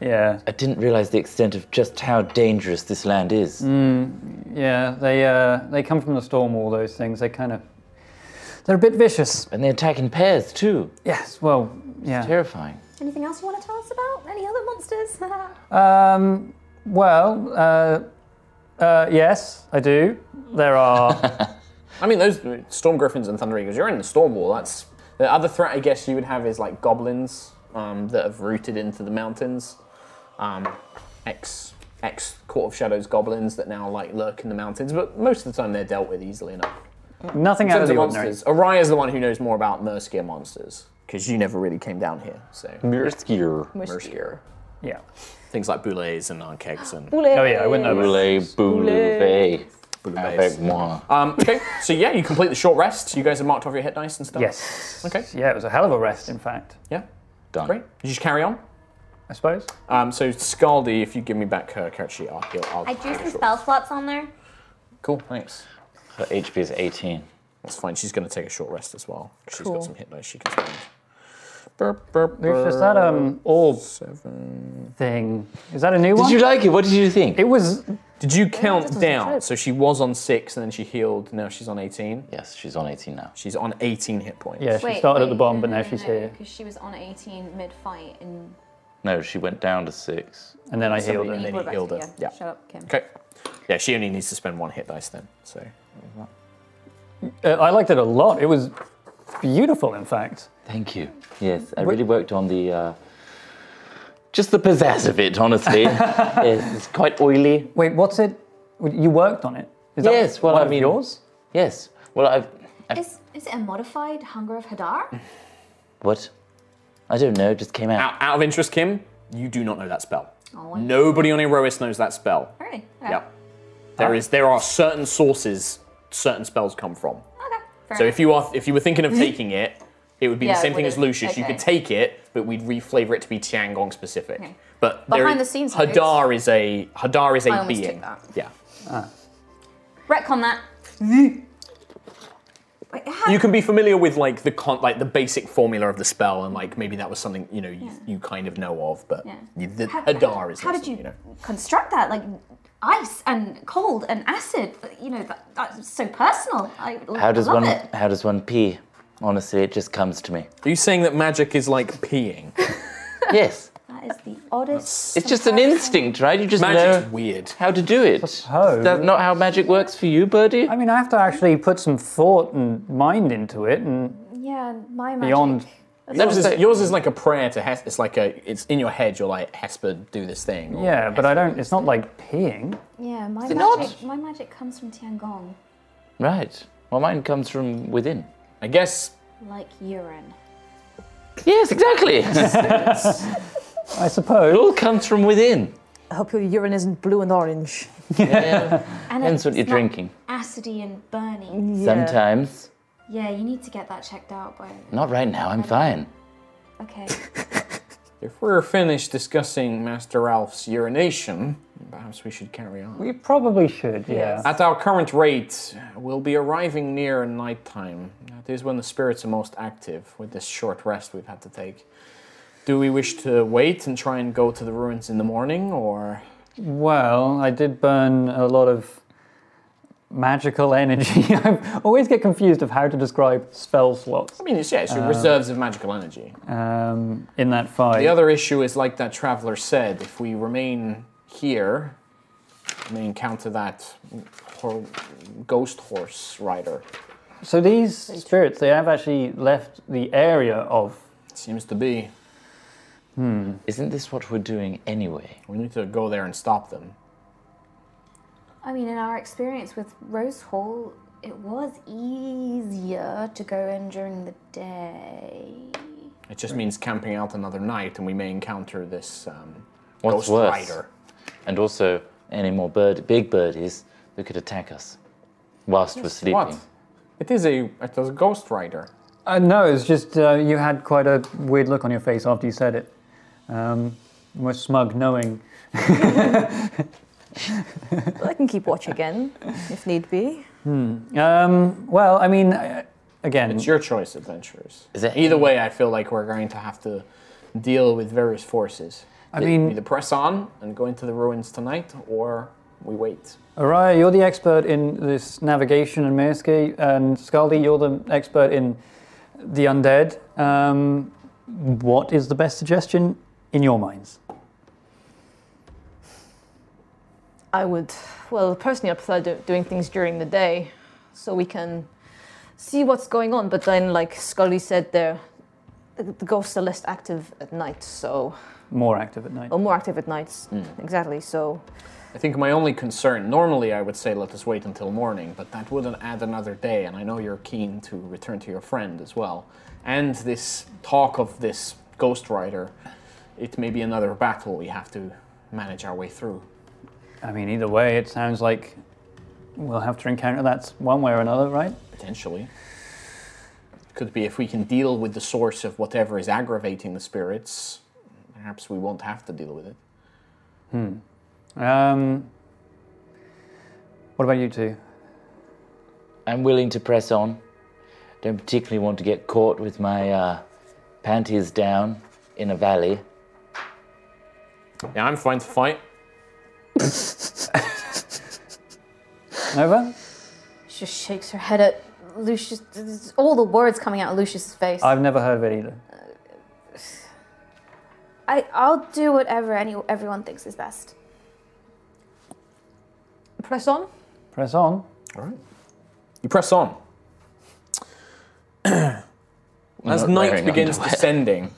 Yeah.
I didn't realize the extent of just how dangerous this land is.
Yeah, they uh, they come from the storm. All those things. They kind of they're a bit vicious.
And they attack in pairs, too.
Yes. Well. Yeah.
Terrifying.
Anything else you want to tell us about? Any other monsters?
Um. Well. Uh, uh. Yes, I do. There are.
I mean, those storm griffins and thunder eagles. You're in the storm wall. That's the other threat. I guess you would have is like goblins um, that have rooted into the mountains. Um, ex ex court of shadows goblins that now like lurk in the mountains, but most of the time they're dealt with easily enough.
nothing
In
out
terms
of the
of
ordinary.
monsters, Araya is the one who knows more about Merskir monsters because you never really came down here. So
Murskier.
Merskir,
Yeah.
things like boulets and arkegs and
Oh yeah, I wouldn't know. that.
Boulay, boulay. Avec moi.
um, okay. So yeah, you complete the short rest. You guys have marked off your hit dice and stuff.
Yes.
Okay.
Yeah, it was a hell of a rest, in fact.
Yeah.
Done.
Great. You just carry on.
I suppose.
Um, so Scaldi, if you give me back her character sheet, I'll heal. I'll
I drew
heal
some
short.
spell slots on there.
Cool, thanks.
Her HP is 18.
That's fine. She's going to take a short rest as well. 'cause She's got some hit dice she can spend. Burp, burp,
Lucius, that um orb thing is that a new
Did
one?
you like it? What did you think?
it was
Did you count
wasn't
down?
good.
So she was on six and then she healed. Now she's on 18.
yes, she's on 18 now.
She's on 18 hit points.
yeah. She started at the bottom, but now she's here,
Because she was on 18 mid fight and
No, she went down to six.
and then I healed
Somebody-
her.
And then
We're
he
back
healed her.
to-
Yeah.
Shut up, Kim.
Okay. Yeah, she only needs to spend one hit dice then. So
Uh, I liked it a lot. It was beautiful, in fact.
Thank you. Yes, I really worked on the. Uh, just the pizzazz of it, honestly. yes, it's quite oily.
Wait, what's it? You worked on it? Is
Yes, well,
one
I
of
mean-
yours.
Yes. Well, I've.
is is it a modified Hunger of Hadar?
What? I don't know. It just came out.
out, out of interest, Kim, you do not know that spell.
Oh, I-
Nobody on Erois knows that spell.
Really? Okay.
Yep. There is there are certain sources certain spells come from.
Okay. Fair
So
enough.
if you are if you were thinking of taking it, it would be
Mm-hmm. Yeah,
the
it
same thing as
would've-
Lucius. You could
okay.
take it, but we'd reflavor it to be Tiangong specific.
Okay.
But
Behind the scenes notes.
Hadar is a Hadar is a
I almost
being.
took that.
Yeah.
retcon that.
you can be familiar with like the con- like the basic formula of the spell, and like maybe that was something you know you, you kind of know of, but
Yeah.
you, the
How-
Hadar is
how
not
did
something
you-
know.
Construct that like ice and cold and acid. You know that, that's so personal. I l-
How does
love
one?
it.
How does one pee? Honestly, it just comes to me.
Are you saying that magic is like peeing?
Yes,
That is the oddest.
it's just an instinct, right? You just
Magic's
know
weird.
how to do it. Is that not how magic works for you, Birdie?
I mean, I have to actually put some thought and mind into it, and
Yeah, my magic.
beyond.
Yours is,
That's-
yours is like a prayer to Hes- it's like a it's in your head. You're like Hesper, do this thing. or
Yeah, but
Hesper.
I don't. It's not like peeing.
Yeah, my
it
magic.
not?
My magic comes from Tiangong,
Right. Well, mine comes from within.
I guess
like urine.
Yes, exactly. it
I suppose.
all comes from within.
I hope your urine isn't blue and orange.
And
Depends what
it's
you're
not
drinking.
Acidy and burning.
Sometimes.
Yeah, you need to get that checked out by.
Not right now. I'm fine.
Okay.
if we're finished discussing Master Ralph's urination, perhaps we should carry on.
We probably should. Yeah.
At our current rate, we'll be arriving near nighttime. That is when the spirits are most active, with this short rest we've had to take. Do we wish to wait and try and go to the ruins in the morning, or.
Well, I did burn a lot of magical energy. I always get confused of how to describe spell slots
I mean, it's, yeah, it's your reserves of magical energy.
um, in that fight.
The other issue is, like that traveler said, if we remain here, we may encounter that hor- ghost horse rider.
so these spirits, they have actually left the area of.
It seems to be.
Isn't this what we're doing anyway?
We need to go there and stop them.
I mean, in our experience with Rose Hall, it was easier to go in during the day.
It just means camping out another night, and we may encounter this um,
What's
ghost
worse?
rider.
And also, any more bird, big birdies that could attack us whilst we're sleeping.
What? It is a it is a ghost rider.
Uh, no, it's just uh, you had quite a weird look on your face after you said it. Um, more smug, knowing.
I can keep watch again if need be.
Um, well, I mean, I- again,
It's your choice, adventurers.
Is it-
Either way, I feel like we're going to have to deal with various forces.
I mean,
Either press on and go into the ruins tonight, or we wait.
Araya, you're the expert in this navigation and Mirski, and Scaldi, you're the expert in the undead. Um, what is the best suggestion in your minds?
I would, well, personally, I prefer do- doing things during the day so we can see what's going on. But then, like Scully said there, the the ghosts are less active at night, so.
More active at night.
Or more active at nights. Exactly, so.
I think my only concern. Normally, I would say let us wait until morning, but that wouldn't add another day. And I know you're keen to return to your friend as well. And this talk of this ghost rider, it may be another battle we have to manage our way through.
I mean, either way, it sounds like we'll have to encounter that one way or another, right?
Potentially. Could be if we can deal with the source of whatever is aggravating the spirits, perhaps we won't have to deal with it.
Um, what about you two?
I'm willing to press on. Don't particularly want to get caught with my uh, panties down in a valley.
Yeah, I'm fine to fight.
Nova?
She just shakes her head at Lucius. There's All the words coming out of Lucius's face.
I've never heard of it either.
I, I'll do whatever any, everyone thinks is best.
Press on.
Press on.
You press on. As
not
night
wearing
begins
underwear.
descending,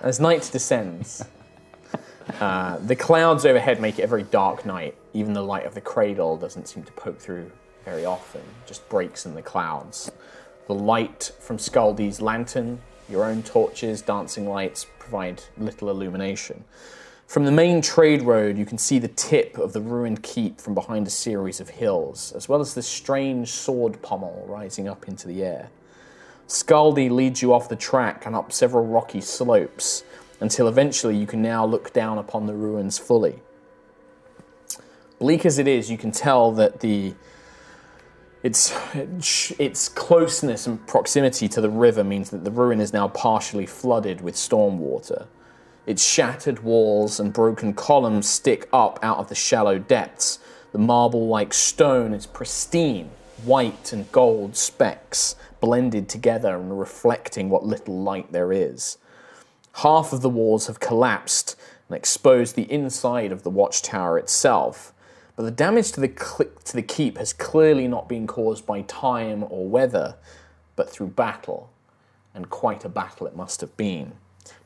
as night descends, uh, the clouds overhead make it a very dark night. Even the light of the cradle doesn't seem to poke through very often, just breaks in the clouds. The light from Scaldi's lantern, your own torches, dancing lights provide little illumination. From the main trade road, you can see the tip of the ruined keep from behind a series of hills, as well as this strange sword pommel rising up into the air. Scaldi leads you off the track and up several rocky slopes until eventually you can now look down upon the ruins fully. Bleak as it is, you can tell that the its its closeness and proximity to the river means that the ruin is now partially flooded with storm water. Its shattered walls and broken columns stick up out of the shallow depths. The marble like stone is pristine, white and gold specks blended together and reflecting what little light there is. Half of the walls have collapsed and exposed the inside of the watchtower itself. But the damage to the, cl- to the keep has clearly not been caused by time or weather, but through battle. And quite a battle it must have been.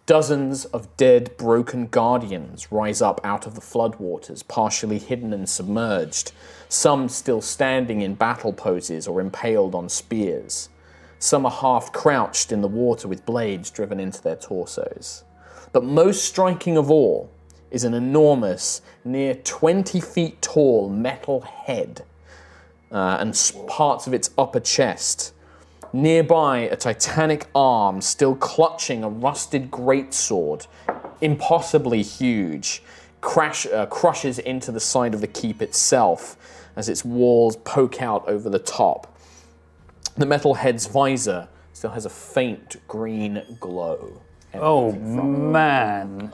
Dozens of dead, broken guardians rise up out of the floodwaters, partially hidden and submerged, some still standing in battle poses or impaled on spears. Some are half crouched in the water with blades driven into their torsos. But most striking of all is an enormous, near 20 feet tall metal head uh, and s- parts of its upper chest. Nearby, a titanic arm still clutching a rusted greatsword, impossibly huge, crash, uh, crushes into the side of the keep itself as its walls poke out over the top. The metal head's visor still has a faint green glow.
Oh, man.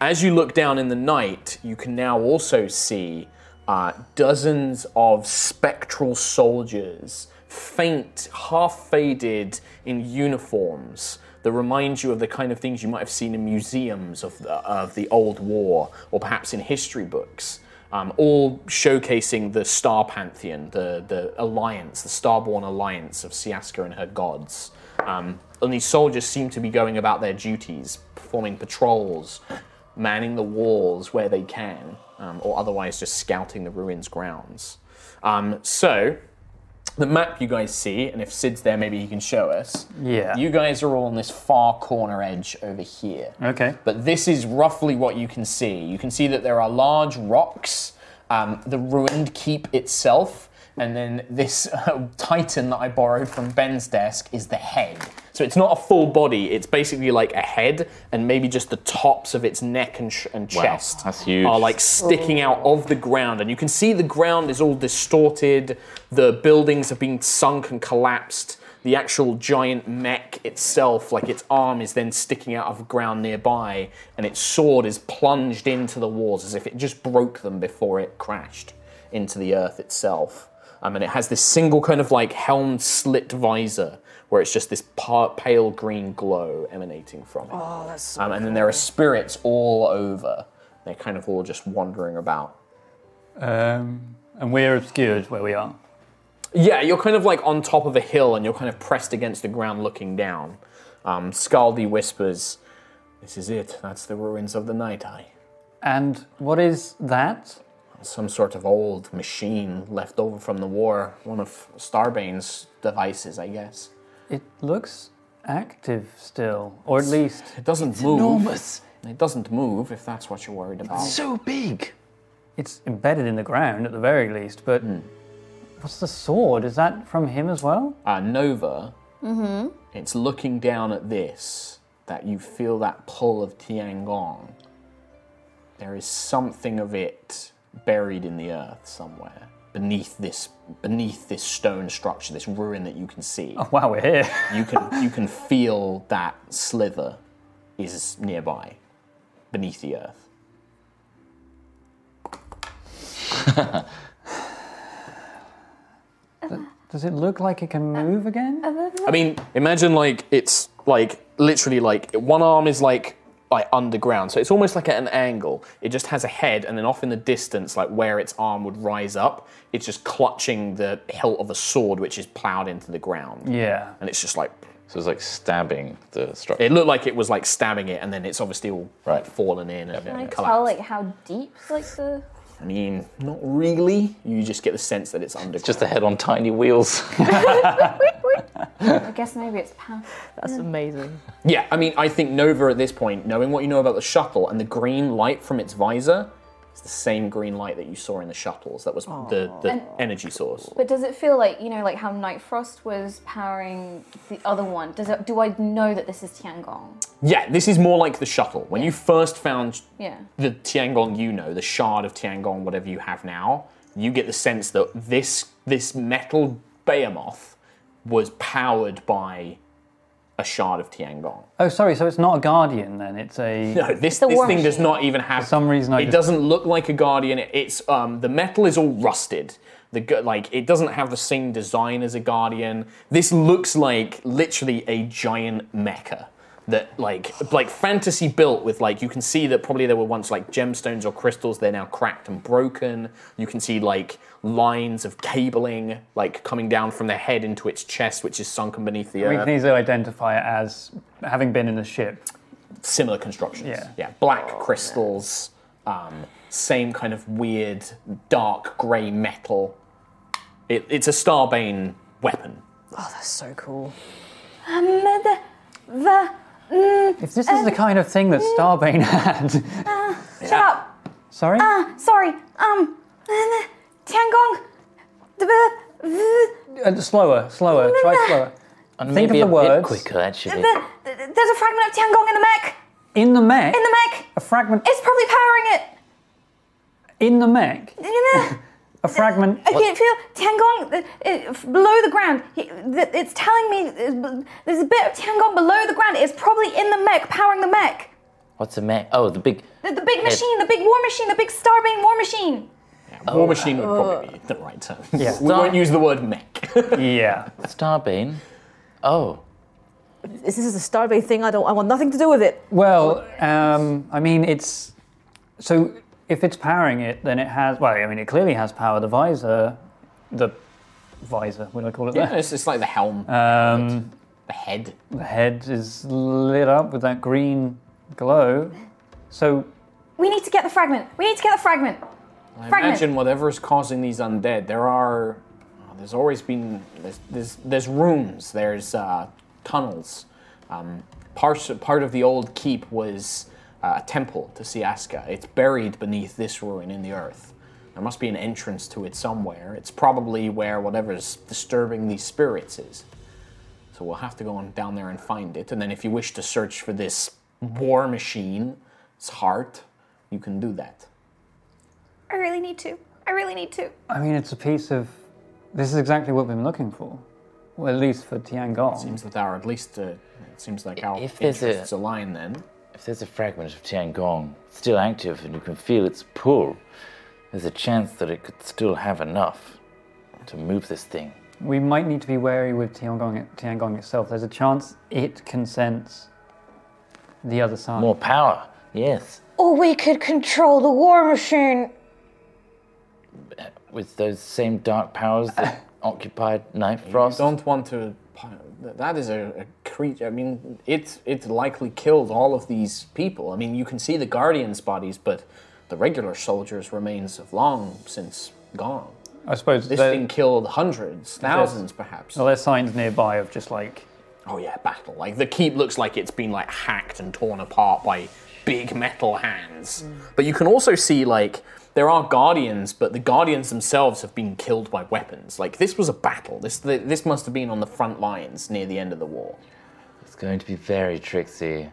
As you look down in the night, you can now also see uh, dozens of spectral soldiers, faint, half faded in uniforms that remind you of the kind of things you might have seen in museums of the, of the Old War or perhaps in history books. Um, all showcasing the Star Pantheon, the, the alliance, the Starborn alliance of Siaska and her gods. Um, and these soldiers seem to be going about their duties, performing patrols, manning the walls where they can, um, or otherwise just scouting the ruins grounds. Um, so, the map you guys see, and if Sid's there, maybe he can show us.
Yeah.
You guys are all on this far corner edge over here.
Okay.
But this is roughly what you can see. You can see that there are large rocks, um, the ruined keep itself, and then this uh, titan that I borrowed from Ben's desk is the head. So it's not a full body, it's basically like a head, and maybe just the tops of its neck and, sh- and
Wow,
chest
that's huge.
are like sticking out of the ground. And you can see the ground is all distorted, the buildings have been sunk and collapsed the actual giant mech itself, like its arm is then sticking out of ground nearby, and its sword is plunged into the walls as if it just broke them before it crashed into the earth itself. Um, and it has this single kind of like helm slit visor where it's just this pa- pale green glow emanating from it. Oh, that's so um, And then there are spirits all over. They're kind of all just wandering about.
Um, and we're obscured where we are.
Yeah, you're kind of like on top of a hill and you're kind of pressed against the ground looking down. Um, Scaldi whispers, This is it. That's the ruins of the Night Eye.
And what is that?
Some sort of old machine left over from the war. One of Starbane's devices, I guess.
It looks active still, or at least
It doesn't move. Enormous. It doesn't move if that's what you're worried about.
So big.
it's embedded in the ground at the very least. But what's the sword? Is that from him as well?
uh, Nova, it's looking down at this that you feel that pull of Tiangong. There is something of it buried in the earth somewhere, beneath this beneath this stone structure, this ruin that you can see.
Oh, Wow, we're here.
You can you can feel that slither is nearby, beneath the earth.
Does it look like it can move again?
I mean, imagine like it's like literally like one arm is like like underground, so it's almost like at an angle. It just has a head, and then off in the distance, like where its arm would rise up, it's just clutching the hilt of a sword which is plowed into the ground,
yeah.
and it's just like
So it's like stabbing the structure.
it looked like it was like stabbing it, and then it's obviously all
Right.
fallen in and
Can I
and
Tell
collapsed.
like how deep like the
I mean, not really. You just get the sense that it's underground.
Just a head on tiny wheels.
I guess maybe it's past.
That's amazing.
Yeah, I mean, I think Nova at this point, knowing what you know about the shuttle and the green light from its visor, it's the same green light that you saw in the shuttles. That was the, the energy source.
But does it feel like you know like how Night Frost was powering the other one? Does it? Do I know that this is Tiangong?
Yeah, this is more like the shuttle. When you first found
Yeah.
the Tiangong you know, the shard of Tiangong, whatever you have now, you get the sense that this this metal behemoth was powered by a shard of Tiangong.
Oh, sorry. So it's not a guardian then. It's a.
No, this,
a
this
war
thing does
machine.
not even have.
For some reason I
it
just-
doesn't look like a guardian. It- It's um, the metal is all rusted. The gu- like it doesn't have the same design as a guardian. This looks like literally a giant mecha that like like fantasy built with like you can see that probably there were once like gemstones or crystals. They're now cracked and broken. You can see like lines of cabling like coming down from the head into its chest, which is sunken beneath the
We
earth.
can easily identify it as having been in the ship.
similar constructions.
Yeah.
black crystals, um, same kind of weird dark grey metal. It, it's a Starbane weapon.
Oh, that's so cool.
mm,
If this is the kind of thing that Starbane had.
Um, Uh, Shut up! Uh,
Sorry?
ah, Sorry. Um. Tiangong.
Uh, slower, slower. Try slower.
And
Think
maybe
of the
a bit
words.
quicker, actually.
There's a fragment of Tiangong in the mech.
In the mech.
In the mech.
Eh? A fragment.
It's probably powering it.
In the mech.
You know.
A fragment.
I can feel Tiangong uh, uh, f- below the ground. He- th- It's telling me uh, there's a bit of Tiangong below the ground. It's probably in the mech, powering the mech.
What's the mech? Oh, the big.
The, the big machine, the big war machine, the big Starbane war machine.
War machine would probably be the right term.
Yeah.
we won't use the word mech.
Yeah.
Starbane? Oh.
Is this a Starbase thing? I don't. I want nothing to do with it.
Well, um, I mean, it's. So if it's powering it, then it has. Well, I mean, it clearly has power. The visor. The visor, would I call it
yeah,
that?
it's, it's like the helm,
Um,
the head.
The head is lit up with that green glow. So
We need to get the fragment. We need to get the fragment.
I
Fragment.
imagine whatever is causing these undead. There are, oh, there's always been there's there's, there's rooms, there's uh, tunnels. Um, part part of the old keep was uh, a temple to Siaska. It's buried beneath this ruin in the earth. There must be an entrance to it somewhere. It's probably where whatever's disturbing these spirits is. So we'll have to go on down there and find it. And then if you wish to search for this war machine, its heart, you can do that.
I really need to. I really need to.
I mean, it's a piece of. This is exactly what we've been looking for. Well, at least for Tiangong.
Seems that our at least uh, it seems like our
If there's a-
interests align then.
If there's a fragment of Tiangong still active and you can feel its pull, there's a chance that it could still have enough to move this thing.
We might need to be wary with Tiangong, Tiangong itself. There's a chance it can sense the other side.
More power, yes.
Or we could control the war machine.
With those same dark powers that occupied Night Frost.
Don't want to. That is a, a creature. I mean, it's it's likely killed all of these people. I mean, you can see the guardians' bodies, but the regular soldiers' remains have long since gone.
I suppose
This
there,
thing killed hundreds, thousands, perhaps.
well, there's signs nearby of just like.
Oh yeah, battle. Like the keep looks like it's been like hacked and torn apart by big metal hands. But you can also see like there are guardians, but the guardians themselves have been killed by weapons. Like this was a battle. This th- this must have been on the front lines near the end of the war.
It's going to be very tricksy.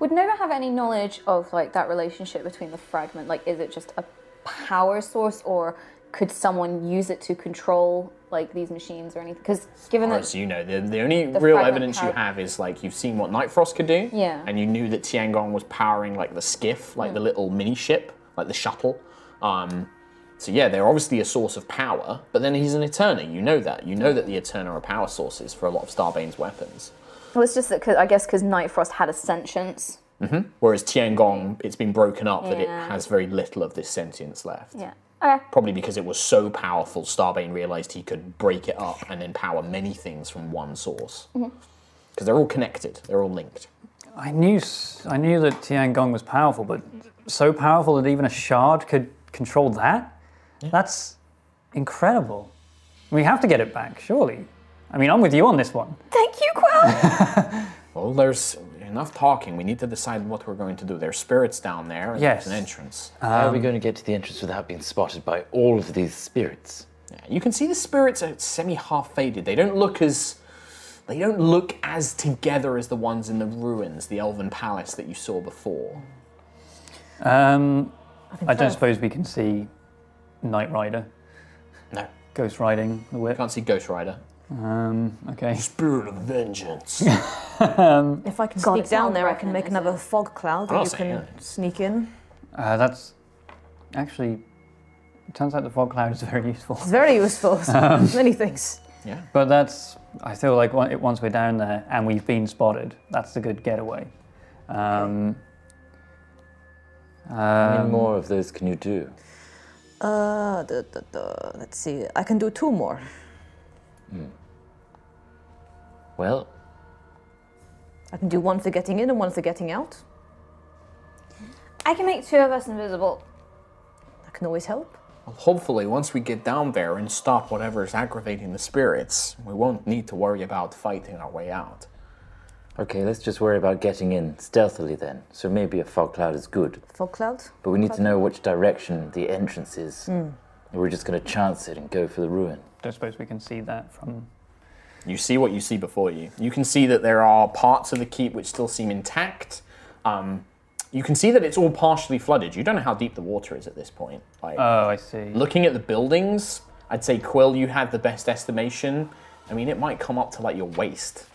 Would Nova have any knowledge of like that relationship between the fragment? Like, is it just a power source, or could someone use it to control like these machines or anything? Because given
Or
that
as you know, the, the only real
fragment
evidence you
power-
have is like you've seen what Nightfrost could do,
Yeah.
and you knew that Tiangong was powering like the skiff, like the little mini ship, like the shuttle. Um, so yeah, they're obviously a source of power, but then he's an Eterna. You know that. You know that the Eterna are power sources for a lot of Starbane's weapons.
Well, it's just that 'cause- I guess because Nightfrost had a sentience.
Whereas Tiangong, it's been broken up that it
Yeah.
has very little of this sentience left.
Yeah. Okay.
Probably because it was so powerful, Starbane realized he could break it up and then power many things from one source.
Mm-hmm.
Because they're all connected, they're all linked.
I knew s- I knew that Tiangong was powerful, but so powerful that even a shard could control that. That's incredible. We have to get it back, surely. I mean, I'm with you on this one.
Thank you, Quill.
Well, there's enough talking. We need to decide what we're going to do. There's spirits down there. and
Yes.
There's an entrance.
How are we going to get to the entrance without being spotted by all of these spirits?
Yeah, you can see the spirits are semi half faded. They don't look as they don't look as together as the ones in the ruins, the elven palace that you saw before.
Um, I don't suppose we can see Knight Rider,
No.
Ghost Riding the whip.
Can't see Ghost Rider.
Um, okay.
Spirit of vengeance.
If I can
God,
sneak
it's not
down there, I can
revenant,
make
is
another fog cloud and
not
you can
saying it.
sneak in.
Uh, that's actually. It turns out the fog cloud is very useful.
It's very useful. Many things.
But that's. I feel like on- once we're down there and we've been spotted, that's a good getaway. Um,
How
um,
many more of those can you do?
Uh, duh, duh, duh. let's see. I can do two more.
Well,
I can do one for getting in and one for getting out.
I can make two of us invisible.
That can always help.
Hopefully, once we get down there and stop whatever is aggravating the spirits, we won't need to worry about fighting our way out.
okay, let's just worry about getting in stealthily then. So maybe a fog cloud is good,
Fog cloud.
but we need to know which direction the entrance is. We're just going to chance it and go for the ruin.
don't suppose we can see that from.
You see what you see before you. You can see that there are parts of the keep which still seem intact. Um, you can see that it's all partially flooded. You don't know how deep the water is at this point. Like
Oh, I see.
looking at the buildings, I'd say Quill, you had the best estimation. I mean, it might come up to like your waist.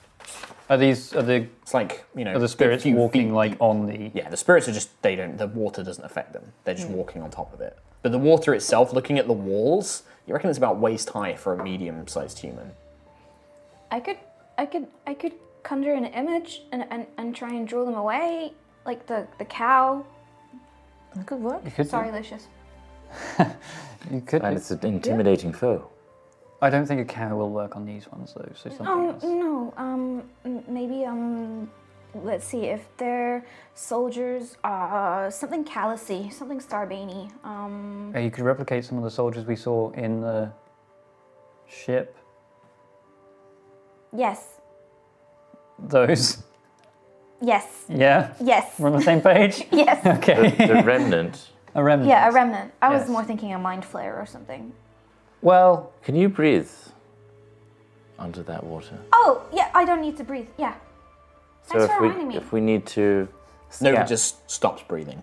Are these are the
It's like you know
are the
a
spirits
few
walking
feet
like on the?
yeah, the spirits are just they don't the water doesn't affect them. They're just walking on top of it. But the water itself, looking at the walls, you reckon it's about waist high for a medium-sized human.
I could, I could, I could conjure an image and and, and try and draw them away, like the the cow.
That could work.
You could,
Sorry, Lucius.
You could.
And
do-
it's an intimidating foe.
I don't think a cow will work on these ones though. So something
Oh
else.
no. Um, m- maybe um, let's see if they're soldiers. Uh, something callousy, something Starbany. Um,
Uh, You could replicate some of the soldiers we saw in the ship.
yes,
Those.
yes,
Yeah.
yes,
We're on the same page.
yes.
Okay.
The remnant.
a remnant.
Yeah, a remnant. I
Yes.
was more thinking a mind flare or something.
Well,
Can you breathe under that water?
Oh, yeah, I don't need to breathe. Yeah. Thanks
if
for
we
reminding me.
if we need to
Nova
Yeah.
just stops breathing.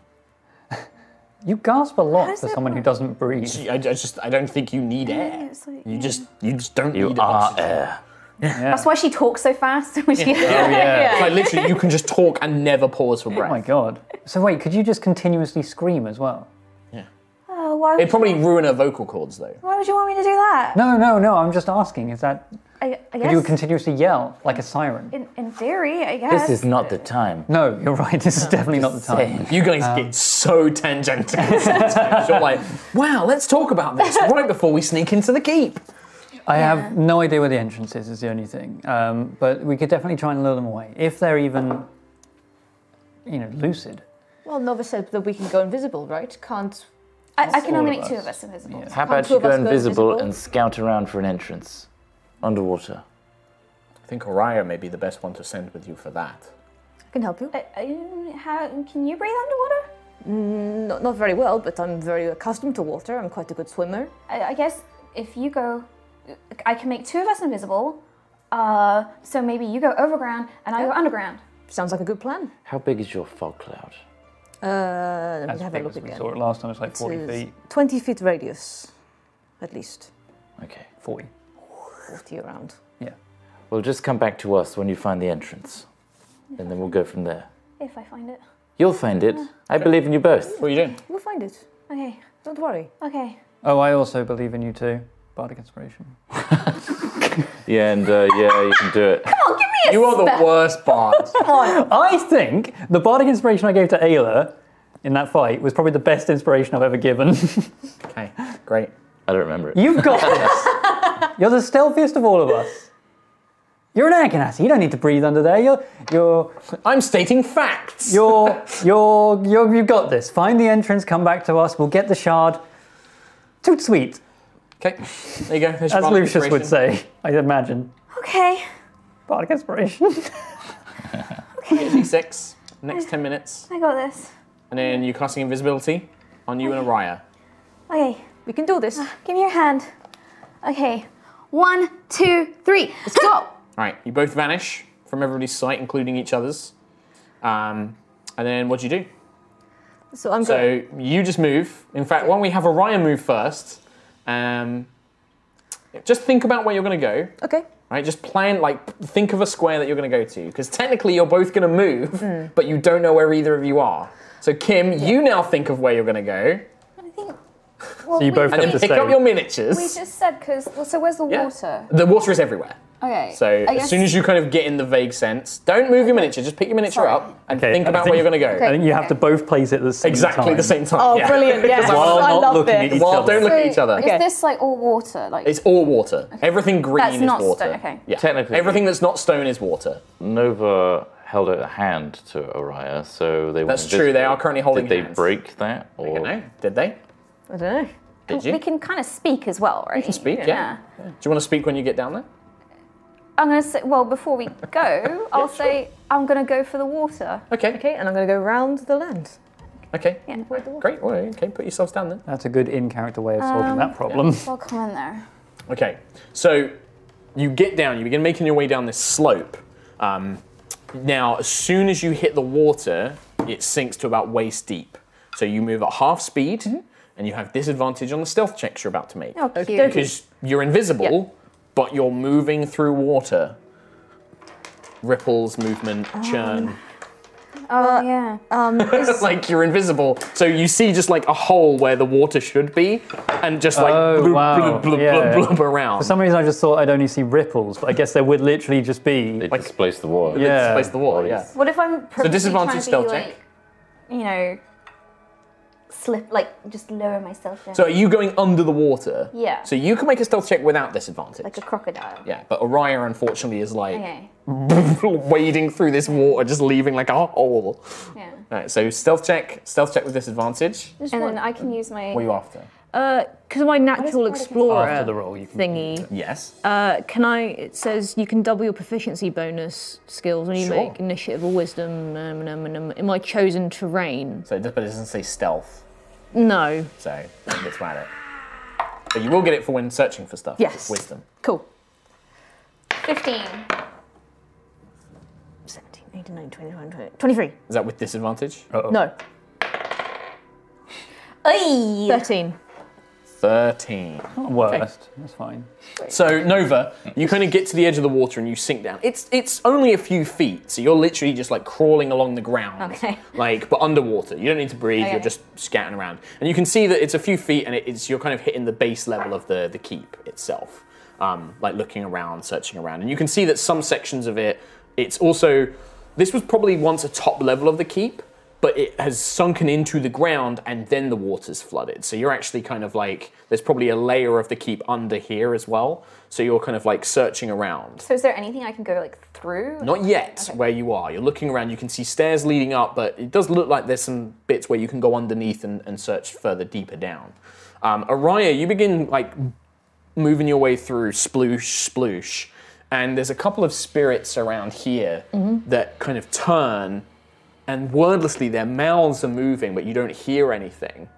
you gasp a lot
does
for
that
someone who
work?
doesn't breathe.
I, I just I don't think you need air.
It's like-
You just you just don't
you
need
are
oxygen.
air.
That's why she talks so fast. When she
It's Like literally, you can just talk and never pause for
Oh my
breath.
god. So wait, could you just continuously scream as well?
Oh, why
It'd
would,
probably ruin her vocal cords though.
why would you want me to do that?
No, no, no. I'm just asking. Is that
I, I
could you
guess.
continuously yell like a siren?
in, in theory, I guess.
This is not the time.
No, you're right. This is definitely not the time.
You guys get so tangential. sometimes. You're like, wow, let's talk about this right before we sneak into the keep.
I have no idea where the entrance is. Is the only thing. Um, but we could definitely try and lure them away if they're even, you know, lucid.
Well, Nova said that we can go invisible, right? Can't.
I, I can
all
only
of
make two
us.
of us invisible.
Yeah.
How about
two
you
of
go
us go
invisible
invisible?
and scout around for an entrance underwater?
I think Orion may be the best one to send with you for that.
I can help you.
I, I- how, can you breathe underwater?
Not, not very well, but I'm very accustomed to water. I'm quite a good swimmer.
I, I guess if you go, I can make two of us invisible. Uh, so maybe you go overground and I go underground.
Sounds like a good plan.
How big is your fog cloud?
Uh, let me have a
big
look
as we
again.
saw it last time. It's like 40
It is
feet.
20 feet radius. at least
Okay.
40.
40 around.
Well, just come back to us when you find the entrance, and then we'll go from there.
If I find it.
You'll find it. I believe in you both.
What are you doing?
We'll find it.
Okay.
Don't worry.
Okay.
Oh, I also believe in you too. Bardic Inspiration.
Yeah, and uh, yeah, you can do it.
Oh, give me a
You are the
spell.
worst bard.
I think the bardic inspiration I gave to Ayla in that fight was probably the best inspiration I've ever given.
okay, great.
I don't remember it.
You've got this. You're the stealthiest of all of us. You're an Agonassi. You don't need to breathe under there. You're, you're,
I'm stating facts.
you're, you're, you're, you've got this. Find the entrance, come back to us. We'll get the shard. Toot sweet,
Okay, there you go. There's your
as
bardic
Lucius would
inspiration.
say, I imagine.
Okay.
Bardic inspiration.
D6, next 10 minutes,
I got this.
and then you're casting invisibility on you and Araya.
Okay. Ah,
We can do this.
Give me your hand. Okay. One, two, three. Let's go.
All right, you both vanish from everybody's sight, including each other's. Um, and then what do you do?
So I'm going.
So you just move. In fact, why don't we have Araya move first? Um, just think about where you're going to go.
Okay.
Right, just plan like think of a square that you're going to go to because technically you're both going to move, but you don't know where either of you are. So Kim, you now think of where you're going to go
I think. Well,
you
we-
both
and
have
then
to
pick
stay.
up your miniatures.
We just said because well, so where's the
Yeah.
water?
The water is everywhere.
Okay.
So
I
as soon
guess-
as you kind of get in the vague sense, don't move your miniature. Just pick your miniature
Sorry.
up and
Okay,
think
I
about
think-
where you're going to go.
I think you have to both place it at the same
Exactly
time.
the same time.
Oh,
yeah.
brilliant. Yes.
While
I
not
love
looking at
this.
each
While
other.
don't look at each other.
Is this like all water? Like
It's all water. Everything green
That's
is
not
water.
stone, okay.
Yeah.
Technically-
everything that's not stone is water.
Nova held out a hand to Araya, so they. were
That's true, they are currently holding
Did they
hands.
break that? Or
You know? Did they?
I don't know.
Did you?
we can kind of speak as well, right? You
can speak, yeah. Do you want to speak when you get down there?
I'm gonna say. Well, before we go, I'll say I'm gonna go for the water.
Okay.
Okay, and I'm going to go round the land.
Okay.
Yeah.
Great. Well, okay. Put yourselves down then.
That's a good in character way of solving that problem.
So I'll come in there.
Okay, so you get down, you begin making your way down this slope. Um, now, as soon as you hit the water, it sinks to about waist deep. So you move at half speed, and you have disadvantage on the stealth checks you're about to make.
Mm-hmm. Oh, cute.
Because you're invisible, but you're moving through water. Ripples, movement, churn.
Oh yeah.
like you're invisible. So you see just like a hole where the water should be, and just like
Oh,
blub,
wow.
blub, blub,
Yeah.
blub, blub around.
For some reason, I just thought I'd only see ripples, but I guess there would literally just
They
be.
displaced the water.
Yeah.
displace the wall, yeah.
what if I'm
So
purposely
disadvantage
trying
stealth
to be,
check.
like, you know,
Slip, like, just lower myself down.
So are you going under the water?
Yeah.
So you can make a stealth check without disadvantage.
like a crocodile.
yeah, but Araya unfortunately is like
Okay.
wading through this water, just leaving like a hole.
Yeah.
Alright, so stealth check, stealth check with disadvantage.
And then I can use my.
What are you after?
Because my natural explorer
After the roll, you can
thingy,
Yes.
uh, can I? It says you can double your proficiency bonus skills when you
Sure.
make initiative or wisdom um, um, um, um, in my chosen terrain.
so it does- but it doesn't say stealth,
No.
so that's about it. But you will get it for when searching for stuff.
Yes.
Wisdom.
Cool.
15.
17, 18, 19, 20, 21, 23.
Is that with disadvantage?
No.
Oy.
13.
Thirteen.
Worst. That's fine.
So Nova, you kind of get to the edge of the water and you sink down. It's it's only a few feet, so you're literally just like crawling along the ground,
Okay.
like but underwater. You don't need to breathe. You're
Okay.
just scattering around, and you can see that it's a few feet, and it- it's you're kind of hitting the base level of the the keep itself, um, like looking around, searching around, and you can see that some sections of it. It's also this was probably once a top level of the keep, but it has sunken into the ground and then the water's flooded. So you're actually kind of like, there's probably a layer of the keep under here as well. So you're kind of like searching around.
So is there anything I can go like through?
Hmm.
Not yet where you are. You're looking around, you can see stairs leading up, but it does look like there's some bits where you can go underneath and, and search further deeper down. Um, Araya, you begin like moving your way through sploosh, sploosh. And there's a couple of spirits around here that kind of turn and wordlessly their mouths are moving, but you don't hear anything.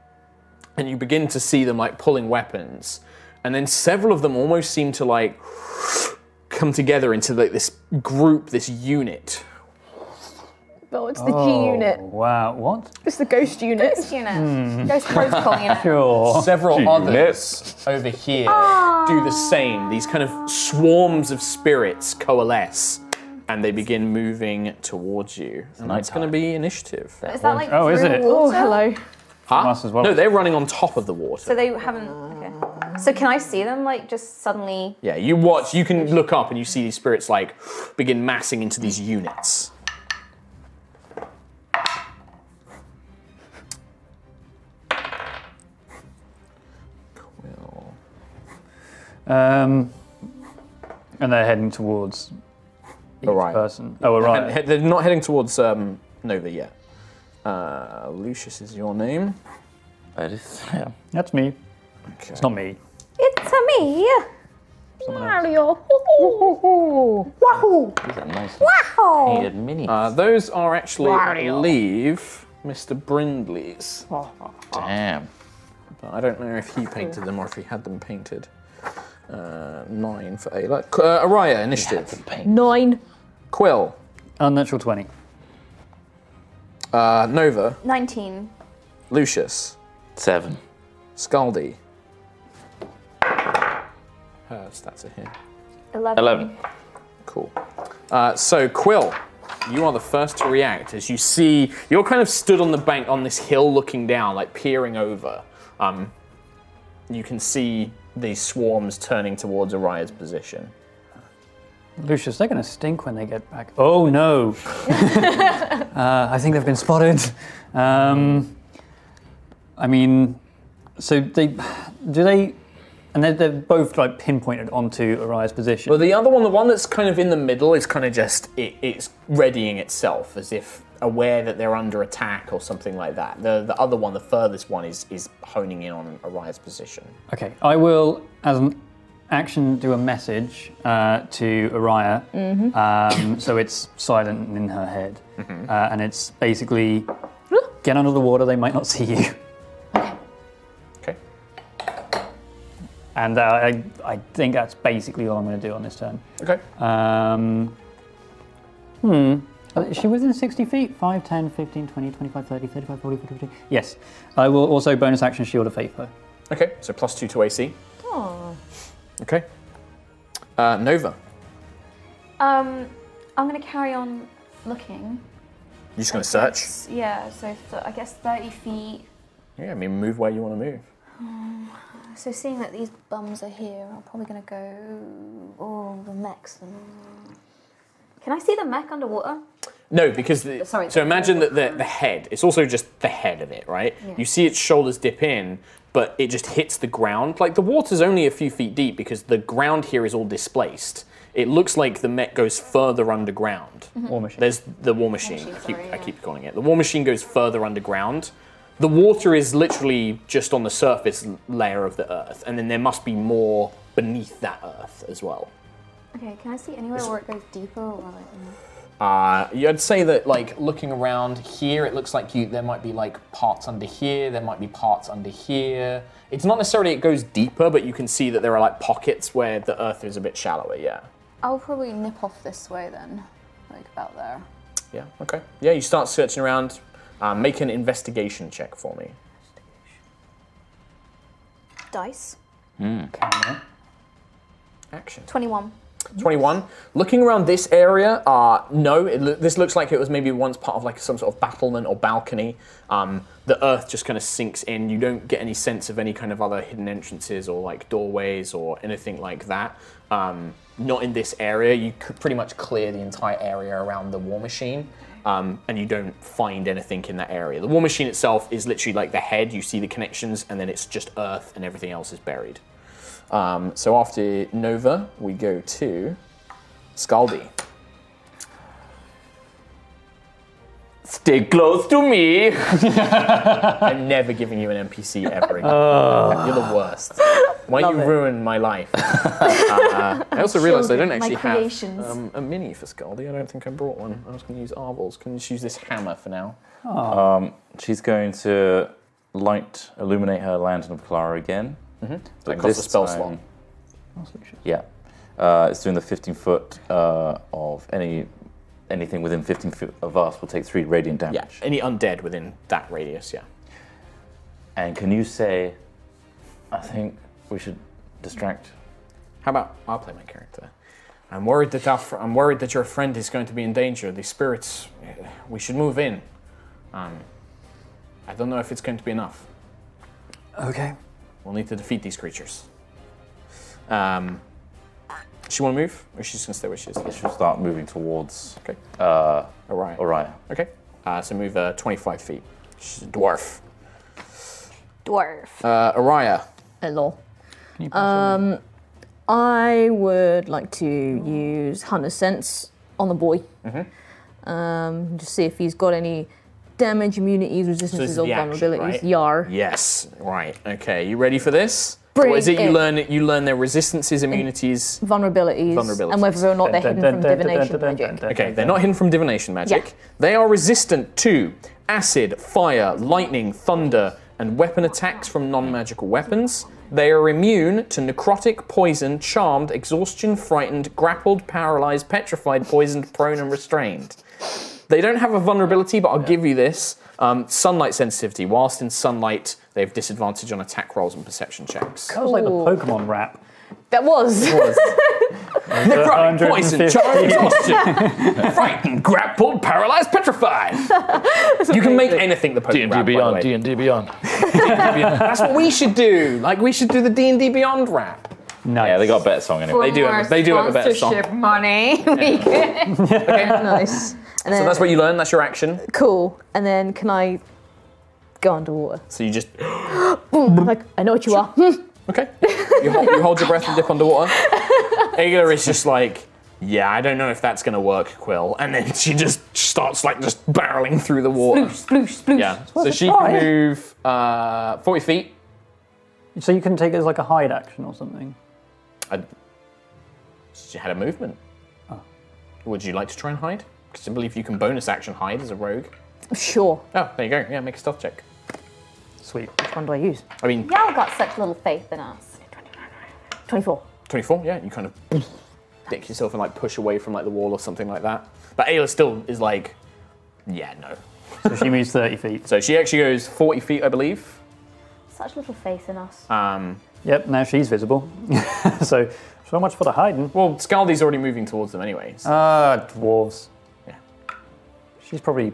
And you begin to see them like pulling weapons. And then several of them almost seem to like come together into like this group, this unit.
Oh, it's the G unit.
Wow, what?
It's the ghost unit.
Ghost unit. Ghost protocol unit.
Sure.
Several
Gee,
others over here do the same. These kind of swarms of spirits coalesce and they begin moving towards you. And that's going to be initiative.
Is that like
Oh, is
through
it?
Oh,
water?
hello.
Huh?
Us as well.
No, they're running on top of the water.
So they haven't. Okay. So can I see them like just suddenly?
Yeah, you watch, you can look up and you see these spirits like begin massing into these units.
Um, and they're heading towards each
Orion.
person. Oh,
And
right.
he- they're not heading towards um, Nova yet. Uh, Lucius is your name.
That is. Yeah.
That's me.
Okay.
It's not me.
It's a me.
Mario. Wahoo. Wahoo.
These are nice
Wow.
painted minis.
Uh, those are actually, I
Wario.
believe, Mr. Brindley's.
Damn.
But I don't know if he painted them or if he had them painted. Uh, nine for Ayla. Qu- Uh, Araya, initiative.
Nine.
Quill,
Unnatural 20.
uh, Nova,
Nineteen.
Lucius,
Seven.
Scaldi. Her stats are here.
Eleven.
Eleven.
Cool. Uh, so Quill, you are the first to react as you see you're kind of stood on the bank on this hill, looking down, like peering over. Um, you can see these swarms turning towards Araya's position.
Lucius, they're going to stink when they get back. Oh, no. uh, I think they've been spotted. Um, I mean, so they. Do they. And they're, they're both like pinpointed onto Araya's position.
But the other one, the one that's kind of in the middle, is kind of just it, it's readying itself as if aware that they're under attack or something like that. The the other one, the furthest one, is is honing in on Araya's position.
Okay, I will, as an action, do a message uh, to Araya. Um, so it's silent in her head. Uh, and it's basically get under the water, they might not see you.
Okay.
And uh, I, I think that's basically all I'm going to do on this turn.
Okay.
Um, hmm. Uh, Is she within 60 feet? 5, 10, 15, 20, 25, 30, 35, 40, 50, 50. Yes. I will also bonus action shield of faith her.
Okay. So plus two to AC. Okay. Uh, Nova.
Um, I'm gonna carry on looking.
You're just gonna search.
Yeah. So th- I guess thirty feet.
Yeah, I mean, move where you want to move.
So seeing that these bums are here, I'm probably gonna go. Oh, the mechs.
Can I see the mech underwater?
No, because the,
Sorry.
so imagine that the, the head. It's also just the head of it, right? You see its shoulders dip in, but it just hits the ground. Like the water's only a few feet deep because the ground here is all displaced. It looks like the Met goes further underground.
War machine.
There's the war machine.
machine,
I, keep,
sorry,
I
yeah.
keep calling it. The war machine goes further underground. The water is literally just on the surface l- layer of the earth, and then there must be more beneath that earth as well.
Okay. Can I see anywhere where it goes deeper or like? mm.
Uh, yeah, I'd say that, like, looking around here, it looks like you there might be like parts under here, there might be parts under here. It's not necessarily it goes deeper, but you can see that there are like pockets where the earth is a bit shallower. Yeah,
I'll probably nip off this way then, like about there.
yeah, okay, yeah. You start searching around. Uh, make an investigation check for me.
Dice.
Hmm. Action.
Twenty-one.
21. Looking around this area, uh, no, it, loo- this looks like it was maybe once part of like some sort of battlement or balcony. Um, the earth just kind of sinks in. You don't get any sense of any kind of other hidden entrances or like doorways or anything like that. Um, not in this area. You could pretty much clear the entire area around the war machine. Um, and you don't find anything in that area. The war machine itself is literally like the head. You see the connections, and then it's just earth, and everything else is buried. Um, so after Nova, we go to Scaldi.
Stay close to me.
I'm never giving you an NPC ever again. You're the worst. Why you ruin my life? Uh, I also realised I don't
Children, my
actually have
creations.
um, a mini for Scaldi. I don't think I brought one. I was going to use Arvel's. Can you just use this hammer for now?
She's going to light illuminate her lantern of Clara again.
Mm-hmm.
So it
But
costs a
this
spell
time- Oh,
slot.
Yeah. Uh, it's doing the 15 foot uh, of any
anything within 15 feet of us will take three radiant damage.
Yeah, any undead within that radius, yeah.
And can you say, I think we should distract?
How about I'll play my character? I'm worried that our fr- I'm worried that your friend is going to be in danger. The spirits, eh, we should move in. Um, I don't know if it's going to be enough.
Okay.
We'll need to defeat these creatures. Um, she want to move, or she's going to stay where she is?
she'll start moving towards.
Okay.
Uh,
Orion.
Orion.
Okay. Uh, so move uh, 25 feet. She's a dwarf.
Dwarf.
Uh, Araya.
Hello. Um, I would like to use Hunter Sense on the boy.
Mm-hmm.
Um, just see if he's got any damage, immunities, resistances, or vulnerabilities. Yar.
Yes. Right. Okay. You ready for this?
Bring
what is it you
it.
learn? You learn their resistances, immunities.
Vulnerabilities, and whether or not they're hidden from divination magic.
Okay, they're not hidden from divination magic. They are resistant to acid, fire, lightning, thunder, and weapon attacks from non magical weapons. They are immune to necrotic, poison, charmed, exhaustion, frightened, grappled, paralyzed, petrified, poisoned, prone, and restrained. They don't have a vulnerability, but I'll give you this um, sunlight sensitivity. Whilst in sunlight, they have disadvantage on attack rolls and perception checks.
That was like the Pokemon rap.
That was.
Necrotic, poison,
150.
charmed, exhaustion, frightened, grappled, paralyzed, petrified. you can make anything the Pokemon.
D&D Beyond, D&D Beyond.
That's what we should do. Like we should do the D and D Beyond rap.
Nice.
Yeah, they got a better song anyway.
They do have-
More
they do have a better song.
sponsorship money. We could-
nice. And
So
then,
that's what you learn. That's your action.
cool. And then can I go underwater?
So you just
Boom. like I know what you are.
okay. You hold, you hold your breath and dip underwater. Ayla is just like, yeah, I don't know if that's gonna work, Quill. And then she just starts like just barreling through the
Hmm.
water.
sploosh, sploosh.
Yeah.
worth
So
a
she
try.
can move uh, forty feet.
So you can take it as like a hide action or something.
I, she had a movement. Would you like to try and hide? Because I believe you can bonus action hide as a rogue.
sure.
Oh, there you go. Yeah, make a stealth check.
Sweet.
Which one do I use?
I mean,
Y'all got such little faith in us.
Twenty-four.
24, yeah, you kind of dick yourself and like push away from like the wall or something like that. But Ayla still is like, yeah, no.
So she moves 30 feet.
So she actually goes 40 feet, I believe.
Such little faith in us.
Um,
Yep, now she's visible. so, so much for the hiding.
well, Scaldi's already moving towards them anyway. so-
Ah, dwarves.
Yeah.
She's probably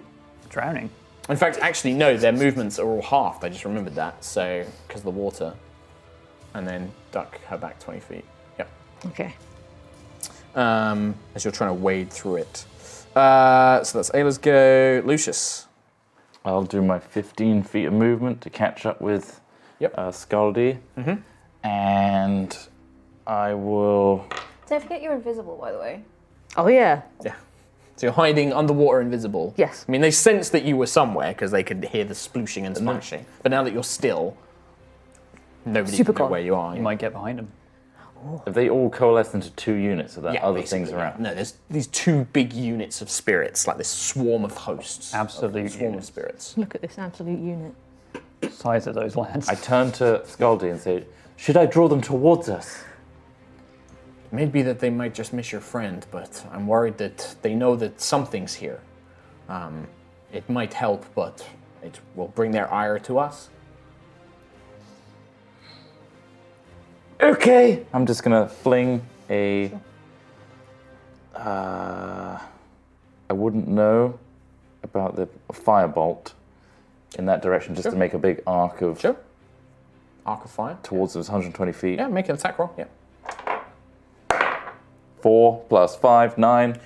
drowning.
In fact, actually, no, their movements are all halved. I just remembered that. So, because of the water. And then duck her back 20 feet. Yep.
Okay.
Um, as you're trying to wade through it. Uh, so that's Ayla's go. Lucius.
I'll do my 15 feet of movement to catch up with
Yep. Mm-hmm.
uh, Scaldi. And I will.
Don't forget you're invisible, by the way.
Oh yeah.
Yeah. So you're hiding underwater, invisible.
Yes.
I mean, they sensed that you were somewhere because they could hear the splooshing and splashing. But now that you're still, nobody
Super
can know
gone.
where you are.
You might get behind him.
If they all coalesce into two units, so that other things
basically,
around.
No, there's these two big units of spirits, like this swarm of hosts.
Absolute
Swarm
unit.
of spirits.
Look at this absolute unit.
size of those lands.
I turn to Scaldi and say, Should I draw them towards us?
Maybe that they might just miss your friend, but I'm worried that they know that something's here. Um, it might help, but it will bring their ire to us.
Okay. I'm just gonna fling a. Uh, I wouldn't know about the firebolt in that direction, just to make a big arc of
Sure. Arc of fire.
towards us, 120 feet.
Yeah, make an attack roll. Yeah.
Four plus five, nine.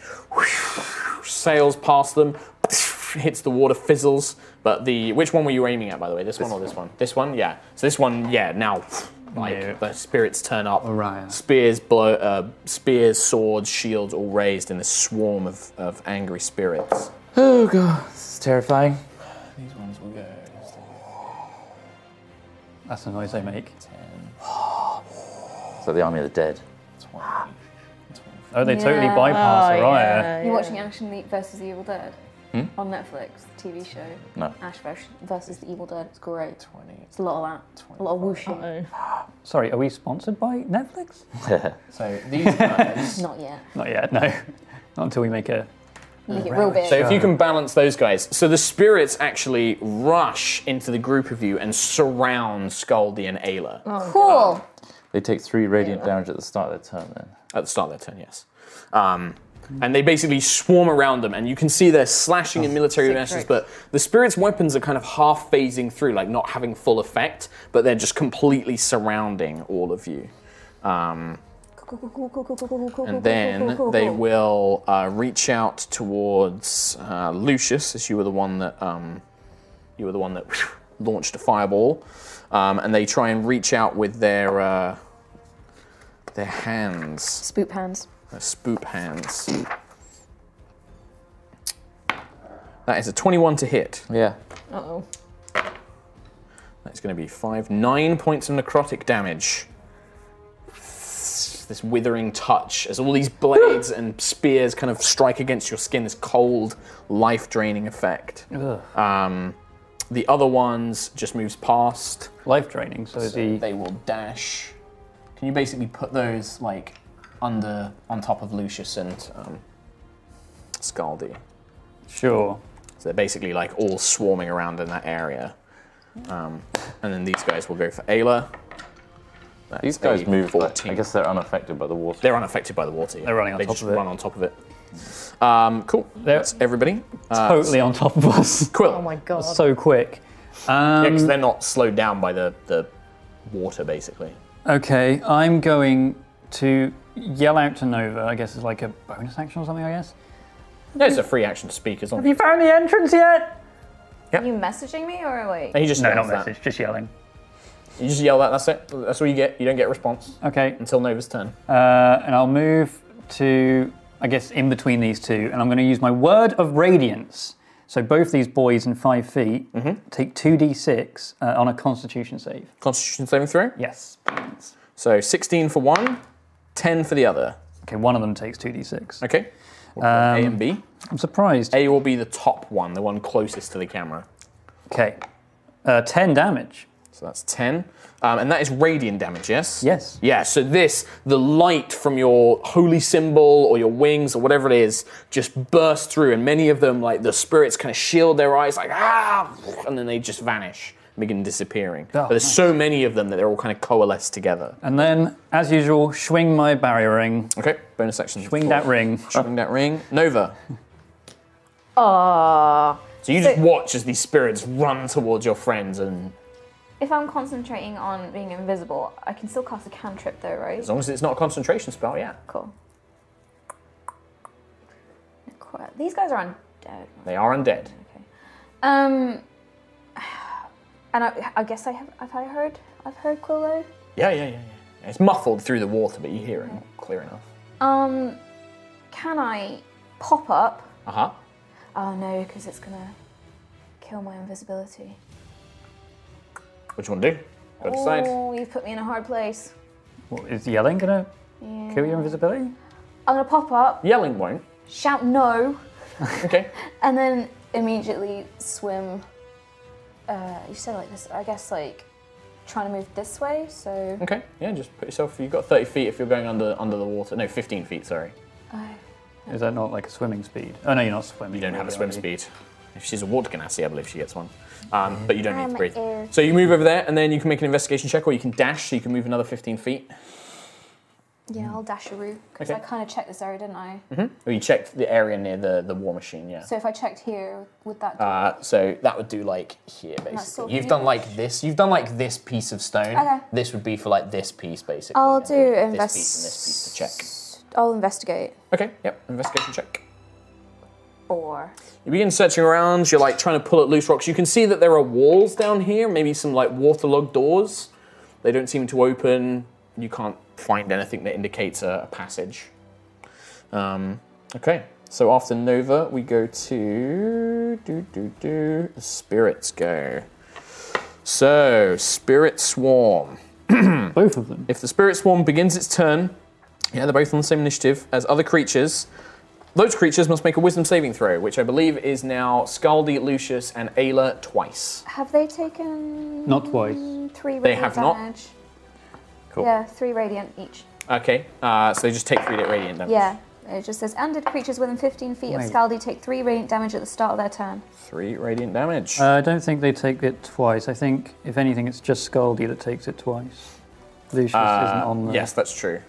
sails past them, hits the water, fizzles. But the which one were you aiming at, by the way? This, one or this one? This one, yeah. So this one, yeah. Now, like
Yeah.
the spirits turn up,
Orion.
spears blow, uh, spears, swords, shields, all raised in this swarm of, of angry spirits.
Oh god, this is terrifying.
These ones will go.
That's the noise they make.
So the army of the dead.
Oh, they totally bypass
Oh,
Araya.
You're watching Action Meet versus the Evil Dead
Hmm?
on Netflix, the TV show.
No.
Ash vers- versus the Evil Dead. It's great. It's a lot of that. A lot of whooshing.
Sorry, are we sponsored by Netflix?
So these guys.
Not yet.
Not yet, no. Not until we make a
Make it real big.
So if you can balance those guys, so the spirits actually rush into the group of you and surround Scaldi and Ayla
cool.
They take three radiant damage at the start of their turn then.
at the start of their turn. Yes, um, and they basically swarm around them, and you can see they're slashing in military meshes, but the spirits' weapons are kind of half phasing through, like not having full effect, but they're just completely surrounding all of you. Um, and then they will uh, reach out towards uh, Lucius, as you were the one that um, you were the one that launched a fireball, um, and they try and reach out with their uh, their hands,
Spoop hands.
their spoop hands. That is a 21 to hit.
Yeah.
Uh oh.
That's going to be five, nine points of necrotic damage. This withering touch as all these blades and spears kind of strike against your skin, this cold, life draining effect. Um, the other ones just moves past.
Life draining, so, the.
They will dash. Can you basically put those like under on top of Lucius and um, Scaldi?
Sure.
So they're basically like all swarming around in that area. Um, and then these guys will go for Ayla. That's
These guys
a
move, but
14.
I guess they're unaffected by the water.
They're unaffected by the water. yeah.
They're running on
they
top
just
of it.
run on top of it. Um, cool. That's everybody. Uh,
Totally on top of us.
Quill.
Oh my god.
so quick.
Yeah, 'cause
Um,
they're not slowed down by the, the water, basically.
okay, I'm going to yell out to Nova. I guess it's like a bonus action or something, I guess.
No, it's a free action speakers on.
Have you found the entrance yet?
Are you messaging me or like?
And he just
No,
yells
not
that.
message, just yelling.
You just yell that. That's it. That's all you get. You don't get a response
Okay,
until Nova's turn.
uh, and I'll move to, I guess, in between these two, and I'm going to use my word of radiance. So both these boys in five feet
Mm-hmm.
take 2d6 uh, on a constitution save.
Constitution saving throw.
Yes.
So 16 for one, 10 for the other.
Okay, one of them takes 2d6.
Okay. We'll call A
Um,
and B.
I'm surprised.
A will be the top one, the one closest to the camera.
Okay, uh, 10 damage.
So that's 10. Um, and that is radiant damage, yes?
Yes.
Yeah, so this, the light from your holy symbol or your wings or whatever it is, just bursts through, and many of them, like the spirits, kind of shield their eyes, like, ah, and then they just vanish and begin disappearing.
Oh,
but there's so many of them that they're all kind of coalesced together.
And then, as usual, swing my barrier ring.
Okay, bonus action.
Swing
for-
that ring.
Swing that ring. Nova.
Ah.
So you just watch as these spirits run towards your friends, and
If I'm concentrating on being invisible, I can still cast a cantrip though, right?
as long as it's not a concentration spell, yeah.
Cool. Necro- These guys are undead. right?
They are undead.
Um, and I, I guess I have. Have I heard? I've heard Quillo.
Yeah, yeah, yeah, yeah. It's muffled through the water, but you hear it clear enough.
Um, can I pop up?
Uh huh.
Oh no, because it's gonna kill my invisibility.
What do you want to do? Go decide.
Oh, you've put me in a hard place.
What, is yelling going to
Yeah.
kill your invisibility?
I'm gonna pop up,
Yelling won't.
shout no,
Okay.
and then immediately swim. Uh, you said like this. I guess like trying to move this way. So
Okay. Yeah, just put yourself. You've got 30 feet if you're going under under the water. No, 15 feet. Sorry.
Is that not like a swimming speed? Oh no, you're not swimming.
You don't have a
really,
swim
are you?
speed. If she's a water ganassi, I believe she gets one. Um, but you don't need
I'm
to breathe.
air.
So you move over there, and then you can make an investigation check, or you can dash, so you can move another 15 feet.
yeah, I'll dasharoo because I
Okay.
kind of checked this area, didn't I?
Or you check the area near the, the war machine. Yeah.
So if I checked here, would that?
Uh, so that would do like here,
sort
basically.
of
You've
near.
done like this. You've done like this piece of stone.
Okay.
This would be for like this piece, basically.
I'll
and
do
then
invest-
Uh, This piece and this piece to check.
I'll investigate.
Okay. Yep. Investigation check.
Or
You begin searching around, you're like trying to pull at loose rocks. You can see that there are walls down here, maybe some like waterlogged doors. They don't seem to open. You can't find anything that indicates a, a passage. Um, okay, so after Nova, we go to. Do, do, do. Spirits go. So, Spirit Swarm.
Both of them.
If the Spirit Swarm begins its turn, yeah, they're both on the same initiative as other creatures. Those creatures must make a wisdom saving throw, which I believe is now Scaldi, Lucius, and Ayla twice.
have they taken
Not twice.
three? Radiant
have not.
damage?
Cool.
Yeah, three radiant each.
Okay, uh, so they just take three radiant damage.
Yeah, It just says, and did creatures within 15 feet of
Wait.
Scaldi take 3 radiant damage at the start of their turn?
Three radiant damage.
Uh, I don't think they take it twice. I think, if anything, it's just Scaldy that takes it twice. Lucius
Uh,
isn't on the.
Yes, that's true.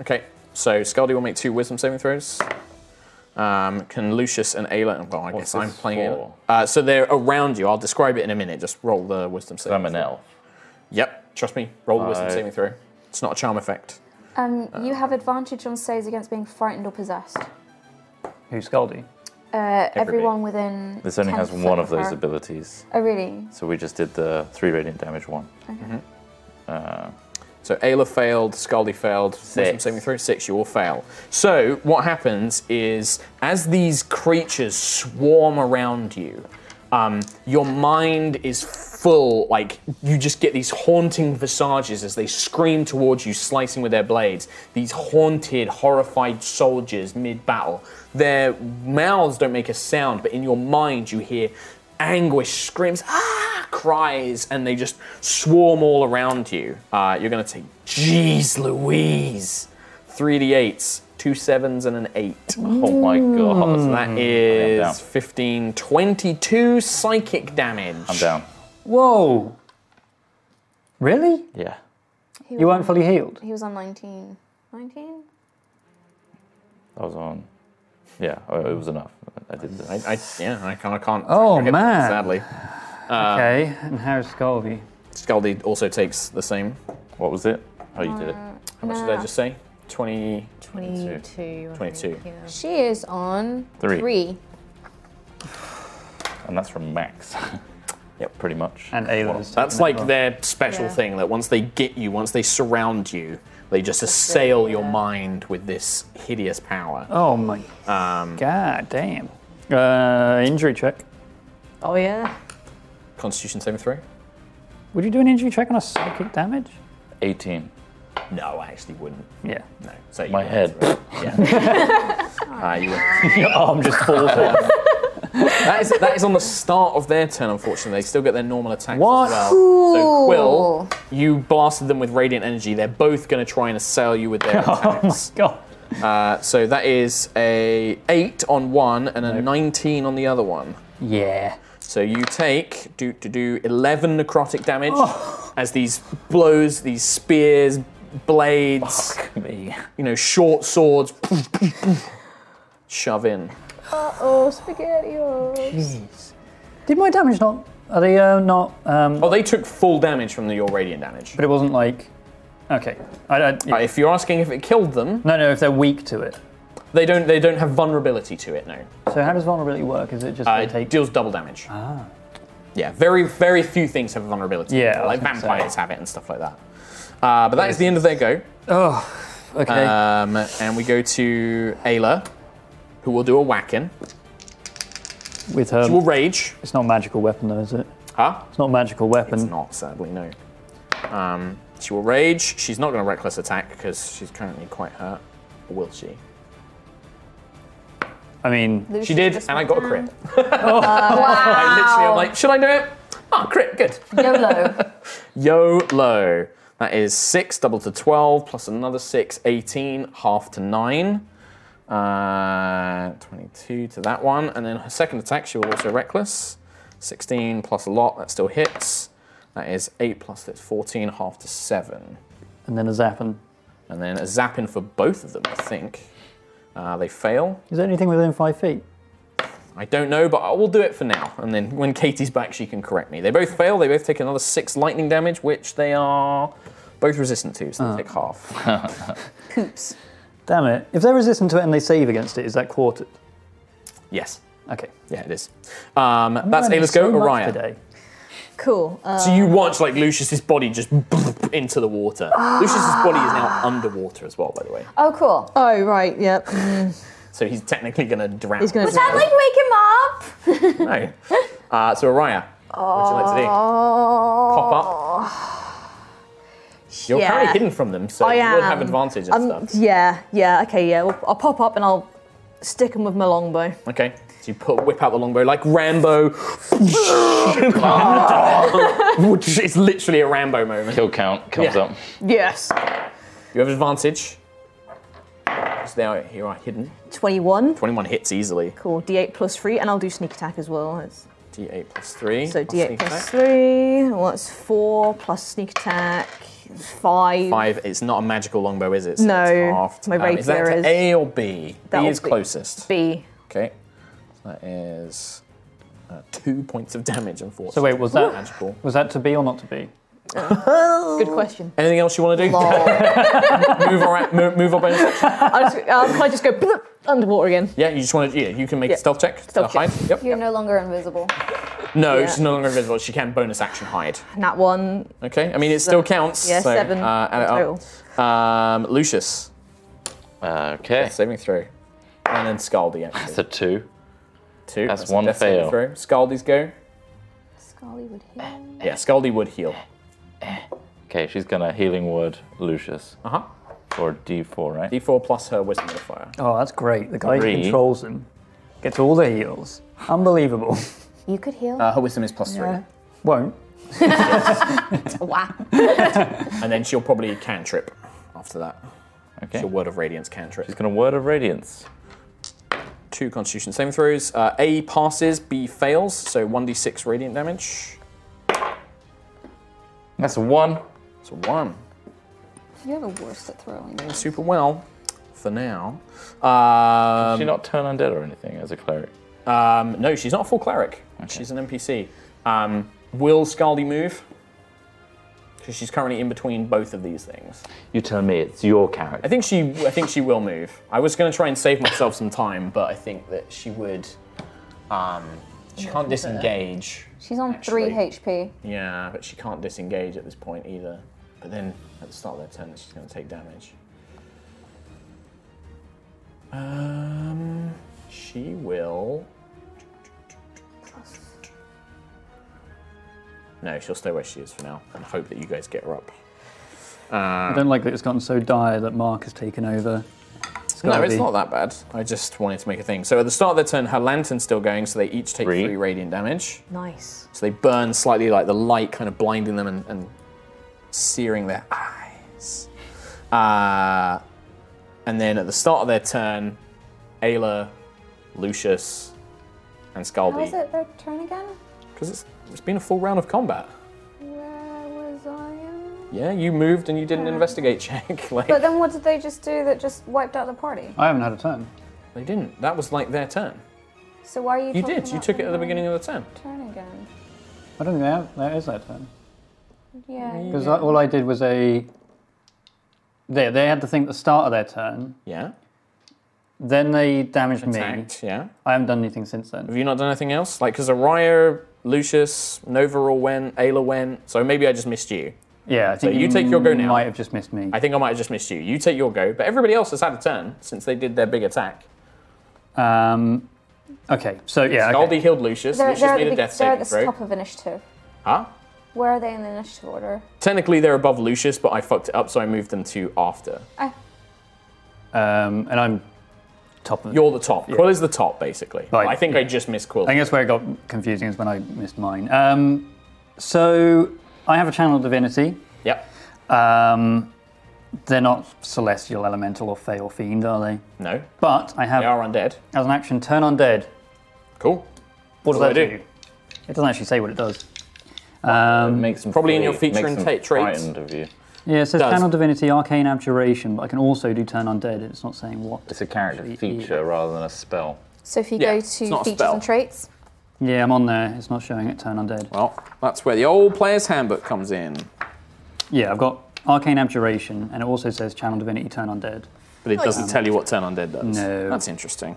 Okay, so Scaldi will make two wisdom saving throws. Um, can Lucius and Ayla? Well, I guess I'm
this
playing
for?
it. Uh, so they're around you. I'll describe it in a minute. Just roll the wisdom saving.
I'm an
throw.
elf.
Yep, trust me. Roll the wisdom
I-
saving throw. It's not a charm effect.
Um,
Uh,
you have advantage on saves against being frightened or possessed.
Who Scaldy?
Uh,
Everybody.
everyone within.
This only
10
has
foot
one of
of
those
her.
abilities.
Oh, really?
So we just did the three radiant damage one. Uh,
So Ayla failed, Scaldi failed, wisdom saving throw six, you all fail. So what happens is as these creatures swarm around you, um, your mind is full, like you just get these haunting visages as they scream towards you, slicing with their blades. These haunted, horrified soldiers mid battle. Their mouths don't make a sound, but in your mind you hear anguish screams, ah, cries, and they just swarm all around you. Uh, you're going to take, jeez Louise, three d8s, two sevens, and an eight.
Oh my god.
So that
I am Mm-hmm. down.
is 15, 22 psychic damage.
I'm down.
Whoa! Really?
Yeah.
He was
You weren't
on-
fully healed?
He was on 19. 19?
That was on. Yeah, oh, it was enough. I did this.
I, I, yeah, I can't. I can't
Oh,
hit them,
man.
Sadly. Uh,
Okay, and how's Scaldy?
Scaldi also takes the same.
What was it? Oh, you did it.
How much did I just say? 20.
22. I
22.
think, yeah.
She is on
Three.
3.
And that's from Max. yep. Pretty much.
And Ayla's.
That's
taken it
like
as well.
their special
Yeah.
thing that once they get you, once they surround you, they just assail your mind with this hideous power.
Oh my
Um,
god, damn. Uh, injury check.
Oh, yeah.
Constitution saving throw?
Would you do an injury check on a psychic damage?
18.
No, I actually wouldn't.
Yeah.
No. So you
My
went
head.
through it. Yeah. uh, you went-
Your arm just falls off.
that, is, that is on the start of their turn, unfortunately. They still get their normal attacks
What?
as well. So, Quill, you blasted them with radiant energy. They're both going to try and assail you with their
Oh my
attacks.
god.
Uh, so that is a 8 on one and a 19 on the other one.
Yeah.
So you take do to do eleven necrotic damage
Oh.
as these blows, these spears, blades,
me.
you know, short swords shove in.
Oh, spaghetti.
oh.
Jeez. Did my damage not. Are they uh, not. Um,
Oh, they took full damage from the, your radiant damage.
But it wasn't like. Okay. I don't.
Uh, if you're asking if it killed them,
No, no, if they're weak to it.
they don't they don't have vulnerability to it. No,
So how does vulnerability work? Is it just
uh,
they take
it deals double damage. Ah. Yeah, very very few things have vulnerability.
Yeah, I was
like
gonna say.
vampires have it and stuff like that. Uh, but that is the end of their go.
Oh, okay.
Um, and we go to Ayla, who will do a whacking.
With her,
She will rage.
Um, it's not a magical weapon though, is it?
Huh?
It's not a magical weapon.
It's not, sadly, no. Um, she will rage. She's not going to reckless attack because she's currently quite hurt. Or will she?
I mean,
She did, and I got a crit. I literally, I'm like, should I do it? Oh, crit, good.
YOLO.
YOLO. That is 6, double to 12, plus another 6, 18, half to 9. Uh, 22 to that one. And then her second attack, she will also reckless. 16 plus a lot, that still hits. That is 8 plus that's 14, half to 7.
and then a zappin.
And then a zap in for both of them, I think. Uh, they fail.
Is there anything within five feet?
I don't know, but I will do it for now. And then when Katie's back, she can correct me. They both fail. They both take another six lightning damage, which they are both resistant to,
Oh.
so they take half.
Poops.
Damn it! If they're resistant to it and they save against it, is that quartered?
yes.
Okay.
Yeah, it is. Um, that's
Learning
Ayla's
so
go.
much
Orion.
today.
Cool. Uh,
So you watch like Lucius's body just into the water. Lucius's body is now
Ah.
underwater as well, by the way.
Oh, cool.
oh, right, yep. Mm,
So he's technically going to drown.
He's gonna
Would that like wake him up?
No. Uh, so Araya, what would you like to do? Pop up. You're
Oh, yeah.
currently hidden from them, so
I
you will have
am.
advantage and
Um,
stuff.
yeah, yeah, okay, yeah. Well, I'll pop up and I'll stick him with my longbow.
Okay. So you put whip out the longbow like Rambo. it's literally a Rambo moment.
Kill count comes
Yeah.
up.
Yes.
You have advantage. attacks there here are hidden.
21.
21 hits easily.
Cool. D8 plus 3, and I'll do sneak attack as well. It's-
D8 plus 3.
so
I'll
D8
sneak
plus
attack.
3. What's 4 plus sneak attack? 5.
5. It's not a magical longbow, is it? So
No,
it's halved. Um,
my
is that
rapier
to
is-
A or B?
That'll
B is
be-
closest.
B.
Okay. So that is uh, two points of damage, unfortunately.
So wait, was that
magical?
was that to be or not to be?
Good question.
Anything else you want to do? move on, move, move on bonus action.
I'll just, I'll, can I just go bloop underwater again?
Yeah, you just want to. Yeah, you can make
Yeah.
a stealth check.
Stealth
to
check.
Hide. Yep.
You're no longer invisible.
No,
Yeah.
she's no longer invisible. She can bonus action hide.
Nat 1.
Okay. I mean, it still counts.
Yeah,
so,
seven
Uh, add it up.
total.
Um, Lucius.
Uh, Okay.
Yeah, saving throw. And then Scaldy, actually.
That's a two.
Two.
That's
a
one
death saving
fail.
Throw. Scaldy's go.
Scully would hit.
Yeah, Scaldy would heal.
Okay, she's gonna healing word Lucius.
Uh huh.
For D4, right?
D4 plus her wisdom modifier.
Oh, that's great. The guy who
Three.
controls him gets all the heals. Unbelievable.
You could heal.
Uh, her wisdom is plus three.
Won't.
wow.
And then she'll probably cantrip after that.
Okay.
She'll Word of Radiance cantrip.
She's gonna word of radiance.
Two Constitution saving throws. Uh, A passes, B fails, so 1d6 radiant damage.
That's a one.
It's a one.
You're the worst at throwing.
Doing super well for now. Um,
Did she not turn undead or anything as a cleric?
um, no, she's not a full cleric. She's an NPC. Um, will Scaldi move? Because she's currently in between both of these things.
You tell me. It's your
I
character.
think she. I think she will move. I was going to try and save myself some time, but I think that she would. Um, she can't disengage.
She's on
Actually.
three HP.
Yeah, but she can't disengage at this point either. But then at the start of their turn, she's going to take damage. Um, she will. No, she'll stay where she is for now and hope that you guys get her up. Uh,
I don't like that it's gotten so dire that Mark has taken over.
No,
gotta
it's
be-
not that bad. I just wanted to make a thing. So at the start of their turn, her lantern's still going, so they each take
Three.
three radiant damage.
Nice.
So they burn slightly, like the light kind of blinding them and, and searing their eyes. Uh, and then at the start of their turn, Ayla, Lucius, and
How is
Scaldi.
it their turn again?
Because it's, it's been a full round of combat.
Where was I?
Yeah, you moved and you did an investigate check. like
But then what did they just do that just wiped out the party?
I haven't had a turn.
they didn't. That was like their turn.
So why are you?
You
talking
did. You
about
took it at the
them
beginning of the turn.
on Turn again.
I don't think that, that is that turn.
Yeah.
Because all I did was a. They, they had the thing at the start of their turn.
Yeah.
Then they damaged me.
Attacked. Yeah.
I haven't done anything since then.
Have you not done anything else? Like, because Araya, Lucius, Nova all went, Ayla went. So maybe I just missed you.
Yeah, I think
you take your go now.
Might have just missed me.
I think I might have just missed you. You take your go, but everybody else has had a turn since they did their big attack.
Um, okay, so yeah,
Scaldi
okay.
healed Lucius.
They're,
Lucius
they're, at
made
the
a
big-
death
they're at
saving
the
throw.
top of initiative.
Huh?
Where are they in the initiative order?
Technically, they're above Lucius, but I fucked it up, so I moved them to after.
Um, and I'm top of.
You're the top. Quill is the top, basically.
Right.
I think I just missed Quill.
I guess where it got confusing is when I missed mine. Um, so I have a channel divinity.
Yep.
Um, they're not celestial, elemental, or fey or fiend, are they?
No.
But I have
They are undead.
as an action turn undead.
Cool.
What does
What do
that
I do?
It doesn't actually say what it does. Um,
Makes them
Probably in your
flee-
feature
makes
and
them
ta- traits.
frightened of you.
yeah, it says
does.
channel divinity, arcane abjuration, but I can also do turn undead. It's not saying what.
It's a character feature rather than a spell.
So if you
Yeah,
go
it's
to
not a
features
spell.
and traits,
Yeah, I'm on there. It's not showing it turn undead.
Well, that's where the old player's handbook comes in.
Yeah, I've got arcane abjuration, and it also says channel divinity, turn undead.
But it doesn't tell you what turn undead does.
No.
That's interesting.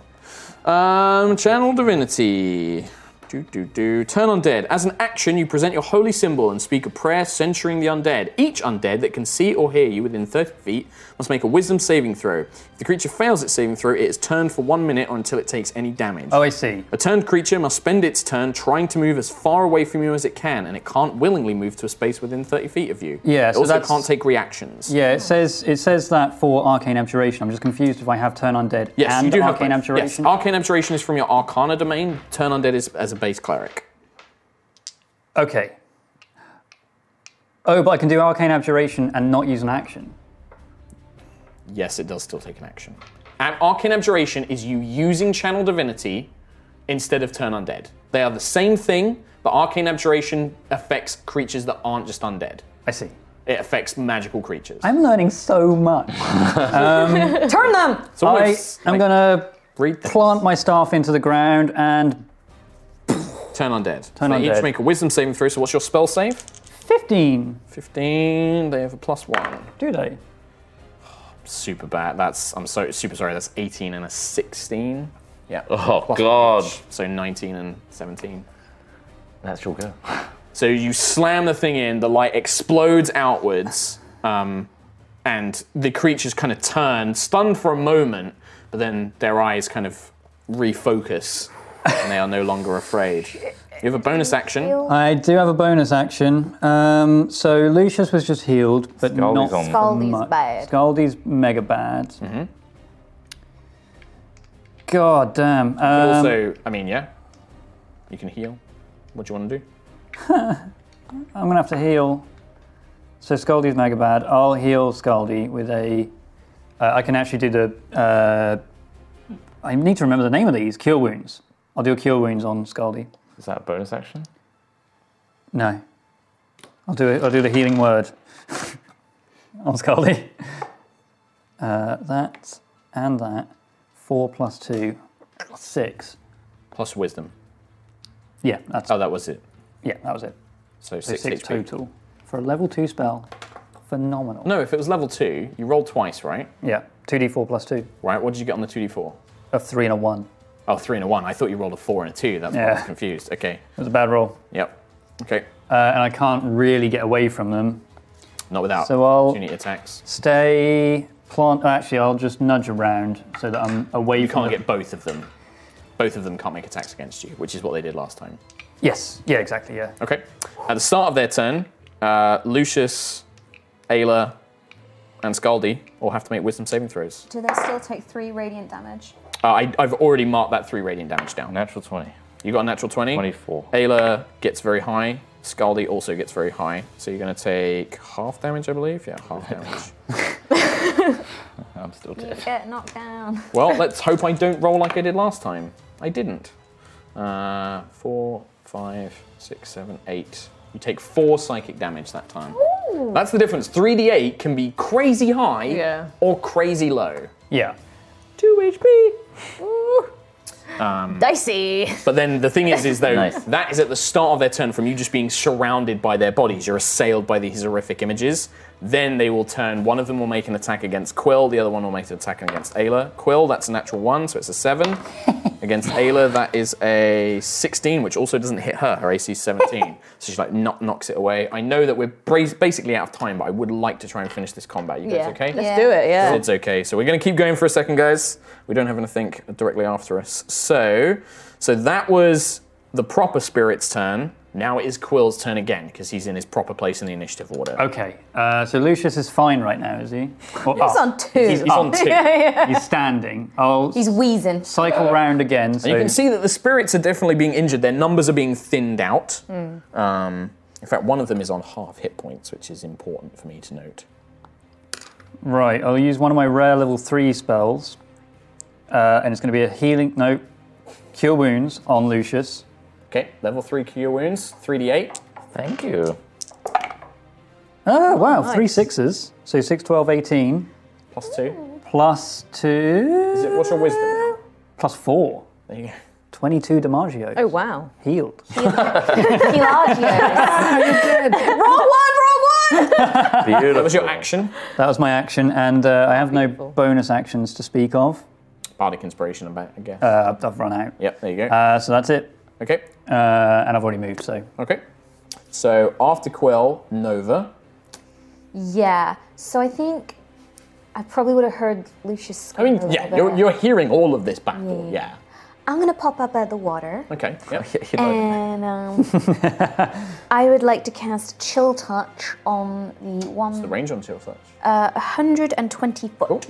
Um, channel divinity. Do, do, do. Turn undead. As an action, you present your holy symbol and speak a prayer censuring the undead. Each undead that can see or hear you within 30 feet must make a wisdom saving throw. If the creature fails its saving throw, it is turned for one minute or until it takes any damage.
Oh, I see.
A turned creature must spend its turn trying to move as far away from you as it can, and it can't willingly move to a space within 30 feet of you.
Yeah,
it
so
also
that's-
can't take reactions.
Yeah, it says it says that for arcane abjuration. I'm just confused if I have turn undead
Yes,
and
you do
arcane
have both.
abjuration.
Yes, arcane abjuration is from your arcana domain. Turn undead is as a base cleric.
okay. Oh, but I can do arcane abjuration and not use an action.
Yes, it does still take an action. Ab- Arcane Abjuration is you using Channel Divinity instead of Turn Undead. They are the same thing, but Arcane Abjuration affects creatures that aren't just undead.
I see.
It affects magical creatures.
I'm learning so much. um,
Turn them! It's
I
almost
am gonna plant my staff into the ground and
Turn Undead.
Turn
they
Undead.
each make a Wisdom saving throw. So what's your spell save?
15.
15. They have a plus one.
Do they?
Super bad. That's I'm so super sorry. That's 18 and a 16. Yeah.
Oh,
Plus
God.
each, So 19 and 17.
That's your go.
So you slam the thing in, the light explodes outwards, um, and the creatures kind of turn, stunned for a moment, but then their eyes kind of refocus, and they are no longer afraid. You have a bonus action.
I do have a bonus action. Um, so Lucius was just healed, but
Scaldy's
not
on.
for
Scaldy's
much.
bad.
Scaldy's mega bad. God damn. Um,
But also, I mean, yeah, you can heal. What do you want to do?
I'm gonna have to heal. So Scaldy's mega bad. I'll heal Scaldy with a. Uh, I can actually do the. Uh, I need to remember the name of these cure wounds. I'll do a cure wounds on Scaldy.
Is that a bonus action?
No. I'll do it. I'll do the healing word on Scaldy. Uh, that and that. Four plus two, six.
Plus wisdom.
Yeah, that's
Oh, that was it.
yeah, that was it.
So
So
six,
six
HP.
total for a level two spell. Phenomenal.
No, if it was level two, you rolled twice, right?
Yeah, two d four plus two.
Right. What did you get on the two d four?
A three and a one.
Oh, three and a one. I thought you rolled a four and a two. That's why I was
Yeah.
confused. Okay.
It was a bad roll.
Yep. Okay.
Uh, and I can't really get away from them.
Not without
So I'll-
opportunity attacks.
Stay, plant. oh, Actually, I'll just nudge around so that I'm away
You
from
can't
the-
get both of them. Both of them can't make attacks against you, which is what they did last time.
Yes. Yeah, exactly. Yeah.
Okay. At the start of their turn, uh, Lucius, Ayla, and Scaldi all have to make wisdom saving throws.
Do they still take three radiant damage?
Uh, I, I've already marked that three radiant damage down.
Natural 20.
You got a natural 20.
24.
Ayla gets very high. Scaldi also gets very high. So you're going to take half damage, I believe. Yeah, half damage.
I'm still
You
dead.
get knocked down.
Well, let's hope I don't roll like I did last time. I didn't. Uh, four, five, six, seven, eight. You take four psychic damage that time. That's the difference. 3d8 can be crazy high
Yeah.
or crazy low.
Yeah.
Two
Um,
HP. Dicey.
but then the thing is, is though,
Nice.
that is at the start of their turn from you just being surrounded by their bodies. You're assailed by these horrific images. Then they will turn. One of them will make an attack against Quill. The other one will make an attack against Ayla. Quill, that's a natural one, so it's a seven. against Ayla, that is a sixteen, which also doesn't hit her. Her AC is seventeen, so she like knock, knocks it away. I know that we're bra- basically out of time, but I would like to try and finish this combat. You guys
Yeah.
okay?
Let's do it. Yeah.
It's okay. So we're going to keep going for a second, guys. We don't have anything directly after us. So, so that was the proper spirit's turn. Now it is Quill's turn again because he's in his proper place in the initiative order.
Okay. Uh, so Lucius is fine right now, is he? Or ah,
He's
up?
on two.
He's on two.
He's standing. I'll
He's wheezing.
cycle round again. So
And you can see that the spirits are definitely being injured. Their numbers are being thinned out. Um, in fact, one of them is on half hit points, which is important for me to note.
right. I'll use one of my rare level three spells, uh, and it's going to be a healing. No, cure wounds on Lucius.
Okay, level three cure wounds, 3d8.
Thank you.
Oh wow,
nice.
three sixes. So 6, 12, 18,
Plus two.
plus two.
Is it, what's your wisdom now?
plus four.
There you go.
22 DiMaggio.
Oh wow.
Healed.
Pelagio.
wrong one. Wrong one.
Beautiful.
That was your action.
That was my action, and uh, I have no bonus actions to speak of.
Bardic inspiration, I bet- I guess.
Uh, I've run out.
yep, there you go.
Uh, so that's it.
okay.
Uh, and I've already moved, so.
Okay. So after Quill, Nova.
yeah. So I think I probably would have heard Lucius
I
scream.
mean,
a little
yeah,
bit.
you're, you're hearing all of this battle. Yeah.
I'm gonna pop up out of the water.
Okay. Yep.
And um, I would like to cast Chill Touch on the one
The range on Chill Touch.
uh, 120 foot.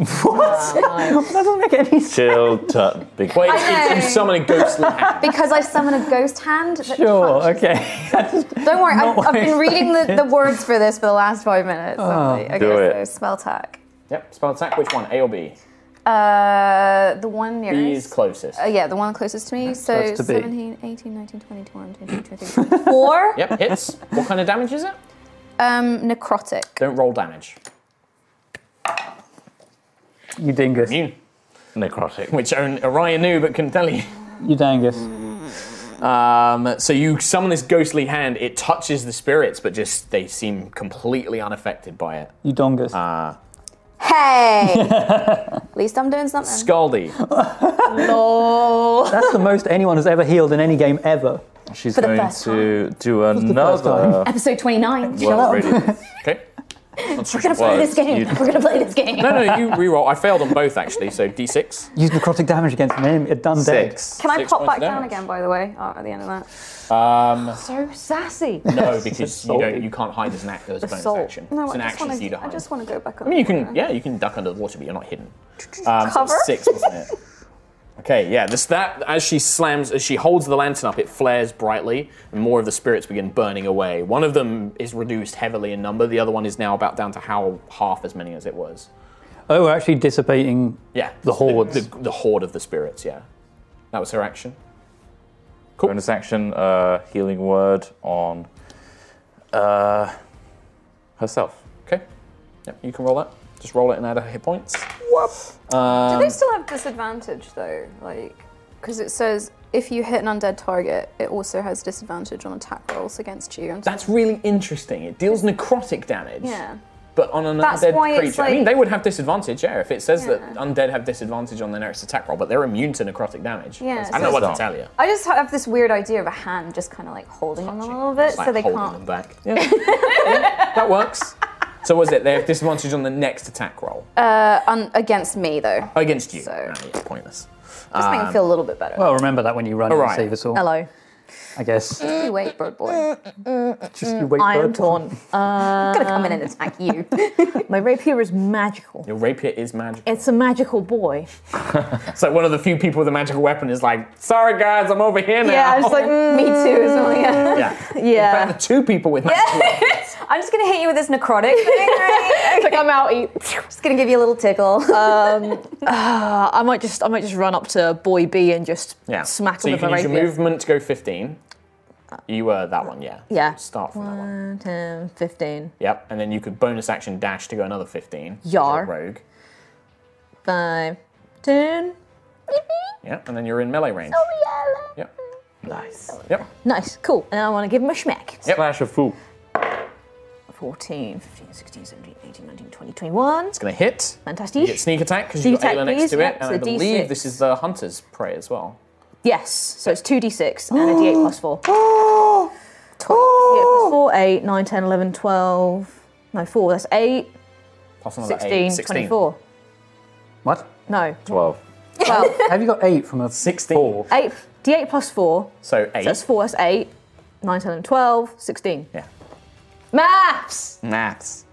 Chill, tut, big
Wait, it's, it's, you summon a ghostly hand.
Because I summon a ghost hand. That
Sure,
touches-
okay.
Don't worry, I've, I've
Not what I
been reading the, the words for
Oh.
this for the last five minutes. okay,
do
so
it.
spell attack.
Yep. Spell attack. Which one? A or B?
Uh, the one nearest.
He is closest.
Uh, yeah, the one closest to me. So
Close to B.
17, 18, 19, 20, 21, 22, 23, 24.
Yep, hits. what kind of damage is it?
Um, necrotic.
Don't roll damage.
You dingus.
Necrotic.
Which own Orion knew but couldn't tell you.
You dangus.
Um, so you summon this ghostly hand. It touches the spirits, but just they seem completely unaffected by it.
You dongus.
Uh,
Hey! At least I'm doing something.
Scaldy.
Lol.
That's the most anyone has ever healed in any game ever.
She's
For the
going
first
to do
the first
another.
Episode 29.
Well, rated.
okay.
We're going to play this game.
You-
We're going to play this game.
No, no, you reroll. I failed on both actually. So d6.
Use necrotic damage against an enemy. It done dead.
Six.
Can I
Six
pop
points
back
of
down
damage.
again, by the way, oh, at the end of that?
Um,
So sassy.
no, because you don't. You can't hide as an act as a bonus
Assault.
action.
No,
it's an
I, just
action for you to
wanna, I
hide.
just want to go back up.
I mean, you can. Yeah, you can duck under the water, but you're not hidden. Um, so it's
Cover?
six, wasn't it? Okay, yeah. This that as she slams, as she holds the lantern up, it flares brightly, and more of the spirits begin burning away. One of them is reduced heavily in number. The other one is now about down to how half as many as it was.
Oh, we're actually dissipating.
Yeah,
The hordes.
the, the horde of the spirits. Yeah, that was her action.
Bonus action, uh, healing word on uh, herself.
Okay. Yep, you can roll that. Just roll it and add a hit points. Um,
Do they still have disadvantage though? Like, because it says if you hit an undead target, it also has disadvantage on attack rolls against you. And
That's really interesting. It deals necrotic damage.
yeah.
But on an
That's
undead
why it's
creature. I mean,
like-
they would have disadvantage, yeah, if it says that
Yeah.
undead have disadvantage on their next attack roll, but they're immune to necrotic damage.
Yeah,
I don't know
so-
what to tell you.
I just have this weird idea of a hand just kind of like holding them a little bit,
It's like
so they
holding
can't.
them back. Yeah. Yeah, that works. So was it? They have disadvantage on the next attack roll.
Uh, un- against me though.
Against you.
So
Ah, yeah, pointless.
just make me
Um,
feel a little bit better.
Well, Oh, remember that when you run
All
and
right.
save us all.
Hello.
I guess.
you wait, bird boy.
Just you wait
I
for
am
um,
it.
torn. Uh,
I'm gonna come in and attack you.
my rapier is magical.
Your rapier is magic.
It's a magical boy.
It's like one of the few people with a magical weapon is like, sorry guys, I'm over here now.
yeah, I'm just like me too. As well, yeah.
yeah.
Yeah.
Two people with magical weapons.
I'm just gonna hit you with this necrotic. it's like I'm out. Just gonna give you a little tickle.
Uh, I might just I might just run up to boy B and just
Yeah.
smack
so
him
you
with my
can use
rapier.
your movement to go 15. You were that one, yeah.
Yeah.
Start from that one.
One, 10, 15.
Yep, and then you could bonus action dash to go another 15. as a
Yar.
Rogue.
5, 10.
Yeah, and then you're in melee range. Yep.
Nice.
Yep.
Oh, Nice, cool. And I want to give him a schmack.
Slash a fool.
14, 15, 16, 17, 18, 19, 20, 21.
It's going to hit.
Fantastic.
You get sneak attack because you've got
Sneak
Ayla
attack,
next to
please.
it.
Yep,
And
so
I believe
D6.
this is the hunter's prey as well.
Yes, so it's 2d6 and a d8 plus 4.
Oh.
20. Yeah, plus 4, 8, 9, 10, 11, 12. No, 4. That's 8,
Plus another
16,
eight. 16.
24.
What?
No,
12.
12.
Have you got eight from a
16.
Four.
8, d8 plus 4.
So 8.
So that's 4, that's 8. 9, 10, 11, 12, 16.
Yeah.
Maps!
Maths.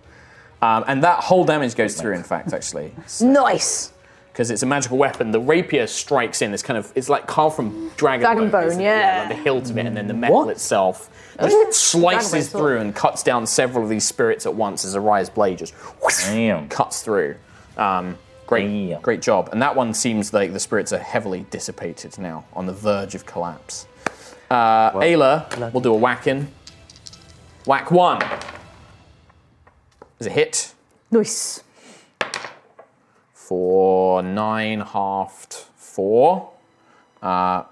Um, and that whole damage goes through, in fact, actually.
Nice!
because it's a magical weapon. The rapier strikes in. It's kind of it's like carved from dragon.
Dragon bone,
isn't it?
yeah. Oh,
like the hilt of it, and then the metal itself just
Dragon bone
slices
sword.
through and cuts down several of these spirits at once as Araya's blade just whoosh,
Damn.
cuts through. Um, great,
Damn.
great job. And that one seems like the spirits are heavily dissipated now, on the verge of collapse. Uh, Ayla will do a whack in. Whack one. Is a hit
Nice.
for nine, half four. Uh,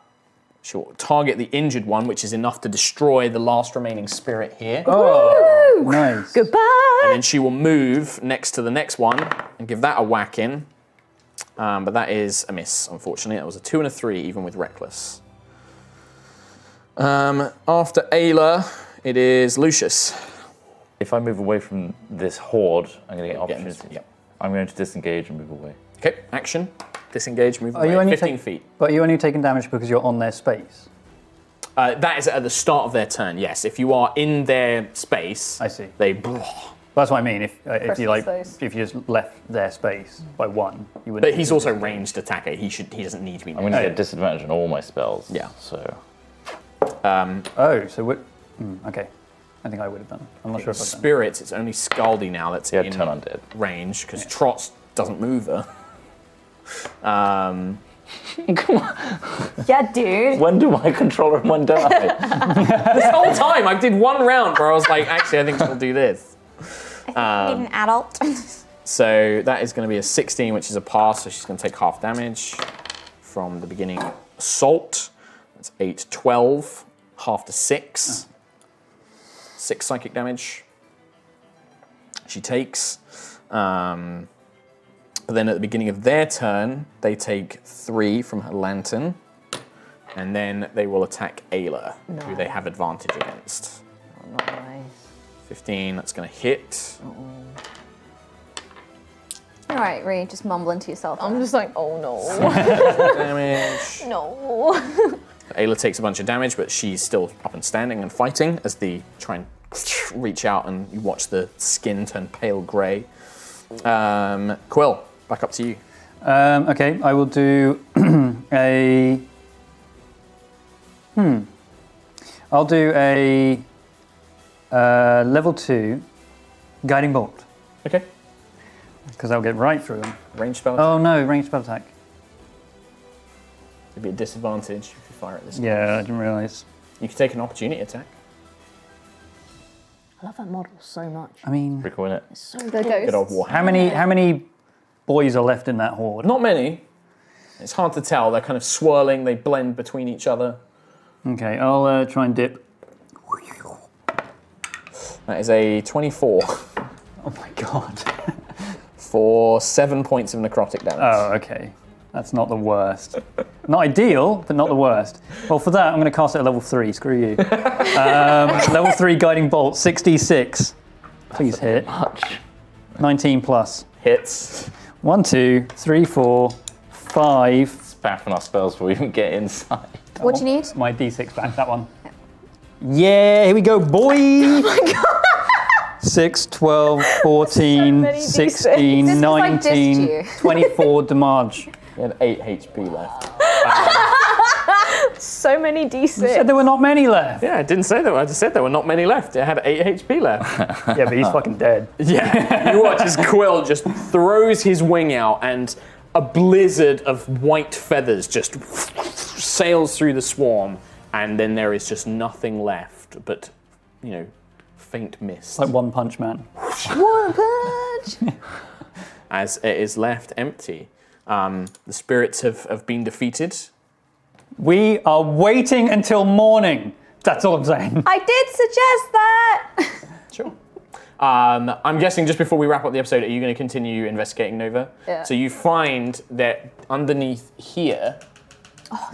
she'll target the injured one, which is enough to destroy the last remaining spirit here.
Oh, nice.
Goodbye!
And she will move next to the next one and give that a whack in. Um, but that is a miss, unfortunately. That was a two and a three, even with reckless. Um, after Ayla, it is Lucius.
If I move away from this horde, I'm going to get
Yeah,
opportunities.
yep.
I'm going to disengage and move away.
Okay, action. Disengage, move
Are you
away.
only
15
taking-
feet.
But you're only taking damage because you're on their space.
Uh, that is at the start of their turn, yes. If you are in their space,
I see.
they.
That's what I mean. If uh, if you like,
space.
if you just left their space by one, you would.
But he's also ranged attacker. He should. He doesn't need to be.
I'm going to get disadvantage on all my spells.
Yeah.
So
Oh, so what? Mm, okay, I think I would have done. it. I'm not sure if I've done. it.
spirits. It's only Scaldy now that's
yeah,
in
turn undead.
range because Trots doesn't move her.
Um,
Yeah, dude.
when do my controller and one die?
this whole time, I did one round where I was like, actually, I think we'll do this.
I
Um,
need an adult.
so that is going to be a 16, which is a pass, so she's going to take half damage from the beginning assault. That's 8, 12, half to 6. 6 psychic damage she takes. Um, but then at the beginning of their turn, they take 3 from her lantern. And then they will attack Ayla, who they have advantage against.
Nice.
15, that's going to hit.
All right, Ree, just mumbling to yourself.
I'm just like, oh no.
damage.
no.
Ayla takes a bunch of damage, but she's still up and standing and fighting as they try and reach out, and you watch the skin turn pale grey. Um, Quill, back up to you.
Um, okay, I will do a. Hmm. I'll do a uh, level two guiding bolt.
Okay.
Because I'll get right through them.
Range spell.
Oh no, ranged spell attack.
It'd be a disadvantage if you fire at this.
Yeah, I didn't realise.
You could take an opportunity attack.
I love that model so much.
I mean,
recoil it.
So
The ghost.
Good old Warhammer.
how many how many boys are left in that horde?
Not many. It's hard to tell. They're kind of swirling. They blend between each other.
Okay, I'll uh, try and dip.
That is a 24
Oh my god.
for seven points of necrotic damage.
Oh, okay. That's not the worst. Not ideal, but not the worst. Well, for that, I'm going to cast it at level three. Screw you. Um, level three guiding bolt, 66. Please hit.
Much.
19 plus.
Hits.
One, two, three, four, five.
Spaffing our spells before we even get inside.
What do you need?
My d6 back, that one. Yeah, here we go, boy. Oh my god. 6, 12, 14,
many
16,
This was like dissed
19,
you.
24 damage.
You had eight HP left.
So many
You said
D6.
there were not many left.
Yeah, I didn't say that. I just said there were not many left. It had eight HP left.
Yeah, but he's fucking dead.
yeah. You watch as Quill just throws his wing out and a blizzard of white feathers just sails through the swarm, and then there is just nothing left but, you know, faint mist.
Like One Punch Man.
as it is left empty. Um, the spirits have, have been defeated.
We are waiting until morning. That's all I'm saying.
I did suggest that.
Sure. Um, I'm guessing just before we wrap up the episode, are you going to continue investigating Nova?
Yeah.
So you find that underneath here,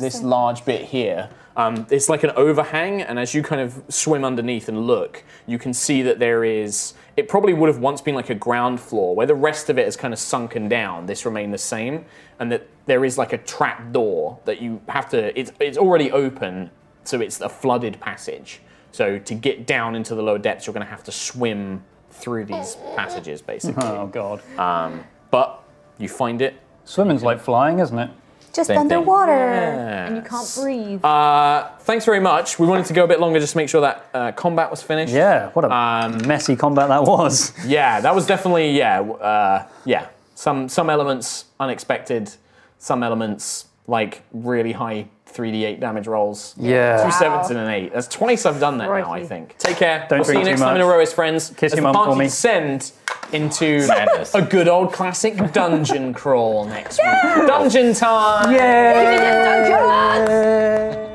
this large bit here, um, it's like an overhang, and as you kind of swim underneath and look, you can see that there is. It probably would have once been like a ground floor where the rest of it has kind of sunken down. This remained the same, and that there is like a trap door that you have to. It's it's already open, so it's a flooded passage. So to get down into the lower depths, you're going to have to swim through these passages, basically.
Uh-huh.
Um,
Oh, God.
But you find it.
Swimming's like flying, isn't it?
Just
Same thing.
underwater.
And you can't breathe.
Uh, thanks very much. We wanted to go a bit longer just to make sure that uh, combat was finished.
Yeah, what a messy combat that was.
Yeah, that was definitely yeah, w- uh, yeah. Some some elements unexpected, some elements like really high 3d8 damage rolls.
Yeah.
Two sevens and an eight. That's twice I've done that now. I
Crikey.
think. Take care.
Don't
we'll see
drink
you
too
next time in a
much.
row as friends.
Kiss
as
your
the
mum for
party
me.
Descend into
Madness.
a good old classic dungeon crawl next week. Dungeon time.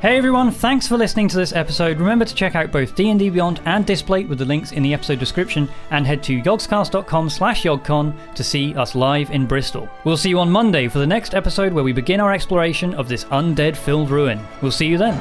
Hey everyone, thanks for listening to this episode. Remember to check out both D&D Beyond and Displate with the links in the episode description and head to yogscast.com slash yogcon to see us live in Bristol. We'll see you on Monday for the next episode where we begin our exploration of this undead-filled ruin. We'll see you then.